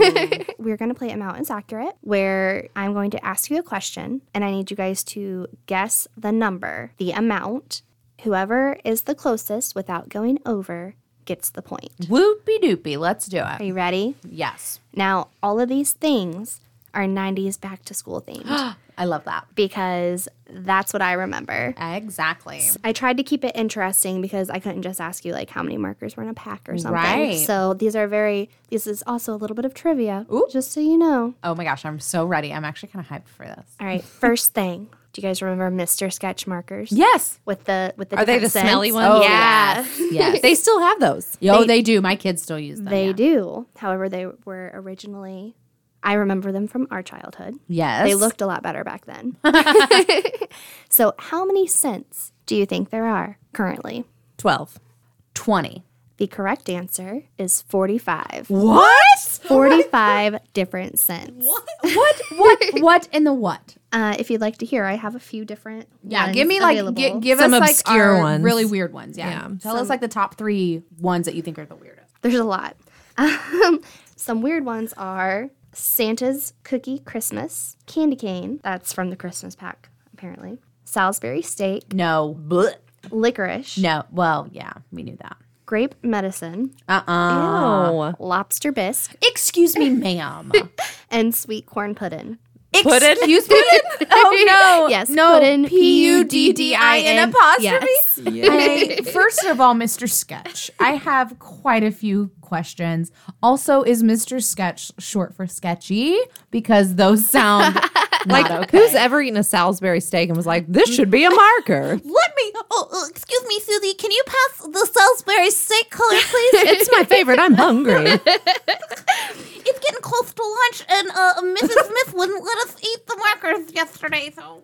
Speaker 1: we're going to play Amount is Accurate, where I'm going to ask you a question and I need you guys to guess the number, the amount. Whoever is the closest without going over gets the point.
Speaker 2: Whoopie doopie. Let's do
Speaker 1: Are
Speaker 2: it.
Speaker 1: you ready?
Speaker 2: Yes.
Speaker 1: Now, all of these things are 90s back to school themed
Speaker 2: I love that.
Speaker 1: because that's what I remember.
Speaker 2: Exactly.
Speaker 1: I tried to keep it interesting because I couldn't just ask you like how many markers were in a pack or something.
Speaker 2: Right.
Speaker 1: So these are very this is also a little bit of trivia. Just so you know.
Speaker 2: Oh my gosh, I'm so ready. I'm actually kind of hyped for this.
Speaker 1: All right, first thing. Do you guys remember Mr. Sketch markers?
Speaker 2: Yes.
Speaker 1: With the with the
Speaker 3: Are they the
Speaker 1: different scents?
Speaker 3: smelly ones? Oh,
Speaker 1: yeah.
Speaker 2: Yes.
Speaker 3: They still have those.
Speaker 2: Yo, they, do. My kids still use them.
Speaker 1: They do. However, they were originally I remember them from our childhood.
Speaker 2: yes.
Speaker 1: They looked a lot better back then. so, how many scents do you think there are currently?
Speaker 3: 12.
Speaker 2: 20.
Speaker 1: The correct answer is 45.
Speaker 2: What?
Speaker 1: 45 different scents.
Speaker 2: what? What? What in the what?
Speaker 1: Uh, if you'd like to hear, I have a few different.
Speaker 2: Yeah,
Speaker 1: ones
Speaker 2: give me like
Speaker 1: available.
Speaker 2: gi- give
Speaker 3: Some
Speaker 2: us like
Speaker 3: obscure
Speaker 2: our
Speaker 3: ones.
Speaker 2: really weird ones. Yeah.
Speaker 3: Yeah.
Speaker 2: Tell us like the top three ones that you think are the weirdest.
Speaker 1: There's a lot. Um, some weird ones are Santa's Cookie Christmas, Candy Cane, that's from the Christmas pack, apparently, Salisbury Steak,
Speaker 2: No. Blech.
Speaker 1: Licorice,
Speaker 2: No. Well, yeah, we knew that.
Speaker 1: Grape Medicine,
Speaker 2: Uh-uh.
Speaker 3: Oh.
Speaker 1: Lobster Bisque,
Speaker 2: Excuse me, ma'am.
Speaker 1: and Sweet Corn Puddin.
Speaker 2: Excuse me. oh no.
Speaker 1: Yes,
Speaker 2: No.
Speaker 1: puddin,
Speaker 2: P U D D I
Speaker 1: P-U-D-D-I-N,
Speaker 2: N apostrophe.
Speaker 1: yes.
Speaker 7: I- first of all, Mr. Sketch, I have quite a few questions. Also, is Mr. Sketch short for sketchy? Because those sound
Speaker 3: like, who's ever eaten a Salisbury steak and was like, this should be a marker?
Speaker 8: Let me. Oh, oh, excuse me, Susie. Can you pass the Salisbury steak color, please?
Speaker 3: it's my favorite. I'm hungry.
Speaker 8: it's getting close to lunch, and uh, Mrs. Smith wouldn't let us eat the markers yesterday, so.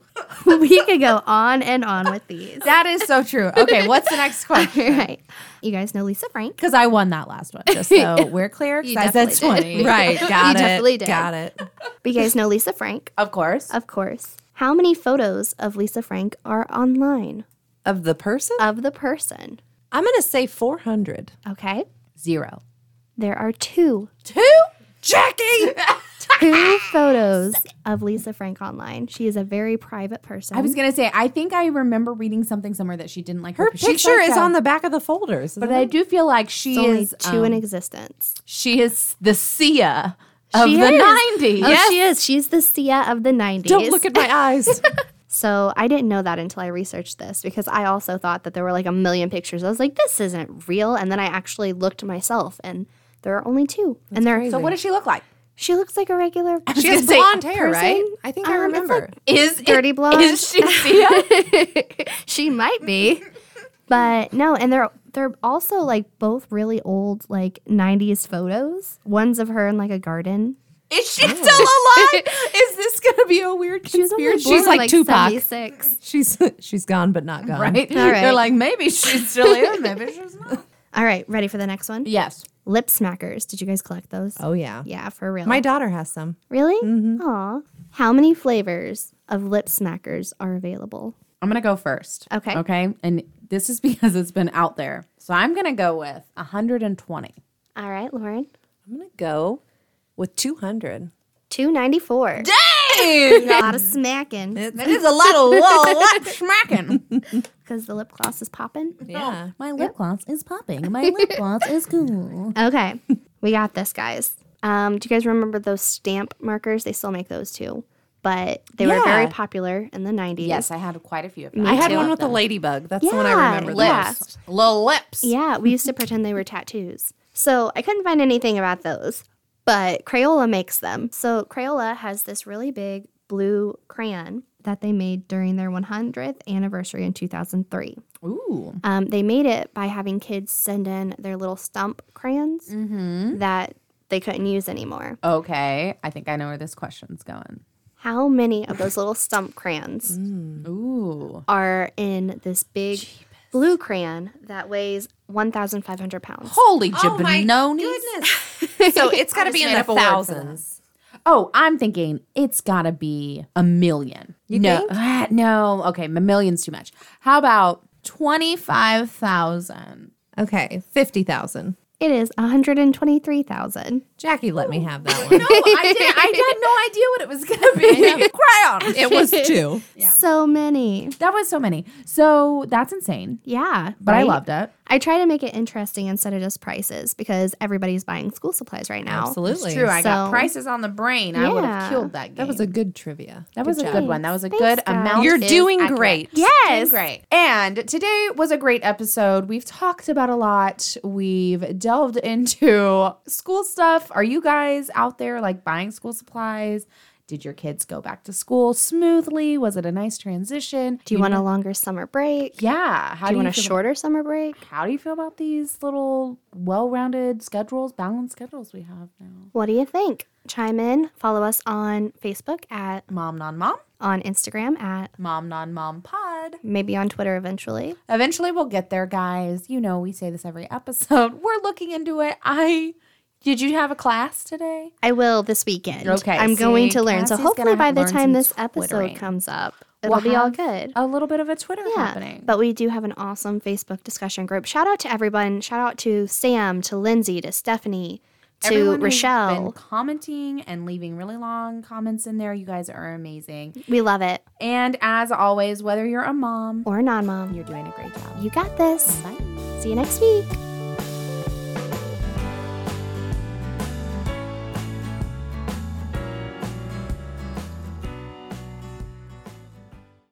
Speaker 1: we could go on and on with these.
Speaker 2: That is so true. Okay, what's the next question?
Speaker 1: All right. You guys know Lisa Frank.
Speaker 2: Because I won that last one, just so we're clear. 'cause
Speaker 1: You
Speaker 2: I said
Speaker 1: definitely did.
Speaker 2: twenty,
Speaker 3: right. Got
Speaker 1: You
Speaker 3: it.
Speaker 1: definitely Uh, did.
Speaker 3: Got it.
Speaker 1: But you guys know Lisa Frank,
Speaker 2: of course.
Speaker 1: of course. How many photos of Lisa Frank are online
Speaker 3: Of the person?
Speaker 1: of the person?
Speaker 3: I'm going to say 400.
Speaker 1: Okay.
Speaker 2: Zero.
Speaker 1: There are two
Speaker 3: Two? Jackie!
Speaker 1: two photos of Lisa Frank online. She is a very private person.
Speaker 2: I was gonna say. I think I remember reading something somewhere that she didn't like
Speaker 3: Her
Speaker 2: She's
Speaker 3: picture
Speaker 2: like
Speaker 3: is
Speaker 2: a-
Speaker 3: on the back of the folders.
Speaker 2: But I do feel like she
Speaker 1: It's only
Speaker 2: is
Speaker 1: two in
Speaker 2: um,
Speaker 1: existence.
Speaker 2: she is the Sia of
Speaker 1: She
Speaker 2: the
Speaker 1: is.
Speaker 2: nineties.
Speaker 1: Oh, she is. She's the Sia of the 90s.
Speaker 3: don't look at my eyes.
Speaker 1: so I didn't know that until I researched this because I also thought that there were like a million pictures. I was like, this isn't real. And then I actually looked myself and there are only two. and they're
Speaker 2: So what does she look like?
Speaker 1: she looks like a regular
Speaker 3: She has
Speaker 2: gonna say
Speaker 3: blonde hair, right?
Speaker 1: person?
Speaker 3: I think
Speaker 1: Um,
Speaker 3: I
Speaker 1: it's
Speaker 3: remember.
Speaker 2: Is it-
Speaker 1: dirty blonde.
Speaker 2: is she Sia?
Speaker 1: she might be. But no, and they're they're also like both really old like 90s photos. One's of her in like a garden.
Speaker 2: Is she still alive? Is this gonna be a weird
Speaker 1: She was only born
Speaker 2: conspiracy?
Speaker 3: She's
Speaker 1: in,
Speaker 3: like
Speaker 1: like
Speaker 3: Tupac.
Speaker 1: 76.
Speaker 3: she's she's gone, but not gone.
Speaker 2: right?
Speaker 1: All right.
Speaker 2: They're like, maybe she's still in, maybe she's not.
Speaker 1: All right, ready for the next one?
Speaker 2: Yes.
Speaker 1: Lip smackers. Did you guys collect those?
Speaker 3: Oh yeah.
Speaker 1: Yeah, for real.
Speaker 3: My daughter has some.
Speaker 1: really? Aw. How many flavors of lip smackers are available?
Speaker 2: I'm gonna go first.
Speaker 1: Okay.
Speaker 2: Okay. And this is because it's been out there. So I'm gonna go with 120.
Speaker 1: All right, Lauren.
Speaker 3: I'm gonna go with 200.
Speaker 1: 294.
Speaker 2: Hey!
Speaker 1: A lot of smacking
Speaker 2: that is a lot of whoa, what smacking.
Speaker 1: because the lip gloss is popping.
Speaker 3: Yeah.
Speaker 2: My lip gloss is popping. My lip gloss is cool.
Speaker 1: Okay, we got this, guys. Um, do you guys remember those stamp markers? They still make those too, but they were very
Speaker 3: Yeah.
Speaker 1: popular in the 90s.
Speaker 2: Yes, I had quite a few of them.
Speaker 1: Me
Speaker 3: I had
Speaker 1: too.
Speaker 3: one with the ladybug. That's the one
Speaker 1: Yeah,
Speaker 3: I remember. the
Speaker 1: yeah.
Speaker 3: most.
Speaker 2: Little lips.
Speaker 1: Yeah, we used to pretend they were tattoos. So I couldn't find anything about those, but Crayola makes them. So Crayola has this really big blue crayon that they made during their 100th anniversary in 2003.
Speaker 2: Ooh.
Speaker 1: Um, they made it by having kids send in their little stump crayons
Speaker 2: Mm-hmm.
Speaker 1: that they couldn't use anymore.
Speaker 2: Okay. I think I know where this question's going.
Speaker 1: How many of those little stump crayons
Speaker 2: Mm. Ooh.
Speaker 1: are in this big blue crayon that weighs 1,500 pounds?
Speaker 2: Holy
Speaker 3: Oh my
Speaker 2: jabronis.
Speaker 3: goodness. so it's got to be in the thousands.
Speaker 2: Oh, I'm thinking it's gotta be a million.
Speaker 3: You
Speaker 2: no,
Speaker 3: think?
Speaker 2: Ah, no. Okay, a million's too much. How about twenty-five thousand?
Speaker 3: Okay, 50,000.
Speaker 1: It is 123,000.
Speaker 3: Jackie let me have that one.
Speaker 2: No, I didn't. I had no idea what it was gonna be. Crayon.
Speaker 3: it was two.
Speaker 1: So many.
Speaker 2: That was so many. So that's insane.
Speaker 1: Yeah.
Speaker 2: But I
Speaker 1: right?
Speaker 2: loved it.
Speaker 1: I try to make it interesting instead of just prices because everybody's buying school supplies right now.
Speaker 3: Absolutely.
Speaker 1: I got So-
Speaker 2: prices on the brain.
Speaker 1: I would've Yeah. killed
Speaker 2: that game.
Speaker 3: That was a good trivia.
Speaker 2: that was a good one. That was a good
Speaker 1: guys.
Speaker 2: amount.
Speaker 3: You're
Speaker 2: is
Speaker 3: doing
Speaker 2: accurate.
Speaker 3: great.
Speaker 1: Yes.
Speaker 2: Great. And today was a great episode. We've talked about a lot. We've delved into school stuff. Are you guys out there like buying school supplies? Did your kids go back to school smoothly? Was it a nice transition?
Speaker 1: Do you want a longer summer break?
Speaker 2: Mm-hmm. Yeah. How
Speaker 1: Do you want a
Speaker 2: feel-
Speaker 1: shorter summer break?
Speaker 2: How do you feel about these little well-rounded schedules, balanced schedules we have now?
Speaker 1: What do you think? Chime in. Follow us on Facebook at,
Speaker 2: Mom, non, mom,
Speaker 1: on Instagram at,
Speaker 2: mom, non, mom, pod.
Speaker 1: maybe on Twitter eventually.
Speaker 2: Eventually, we'll get there, guys. You know, we say this every episode. We're looking into it. I did you have a class today?
Speaker 1: I will this weekend.
Speaker 2: Okay,
Speaker 1: I'm
Speaker 2: see,
Speaker 1: going to learn. So
Speaker 2: Cassie's
Speaker 1: hopefully
Speaker 2: gonna
Speaker 1: by the
Speaker 2: learn
Speaker 1: time
Speaker 2: some
Speaker 1: this
Speaker 2: twittering.
Speaker 1: episode comes up, it'll
Speaker 2: We'll
Speaker 1: be all
Speaker 2: have
Speaker 1: good.
Speaker 2: A little bit of a Twitter happening.
Speaker 1: But we do have an awesome Facebook discussion group. Shout out to everyone. Shout out to Sam, to Lindsay, to Stephanie, to
Speaker 2: Everyone who's been
Speaker 1: Rochelle.
Speaker 2: commenting and leaving really long comments in there. You guys are amazing.
Speaker 1: We love it.
Speaker 2: And as always, whether you're a mom,
Speaker 1: Or non mom.
Speaker 2: you're doing a great job.
Speaker 1: You got this.
Speaker 2: Bye.
Speaker 1: See you next week.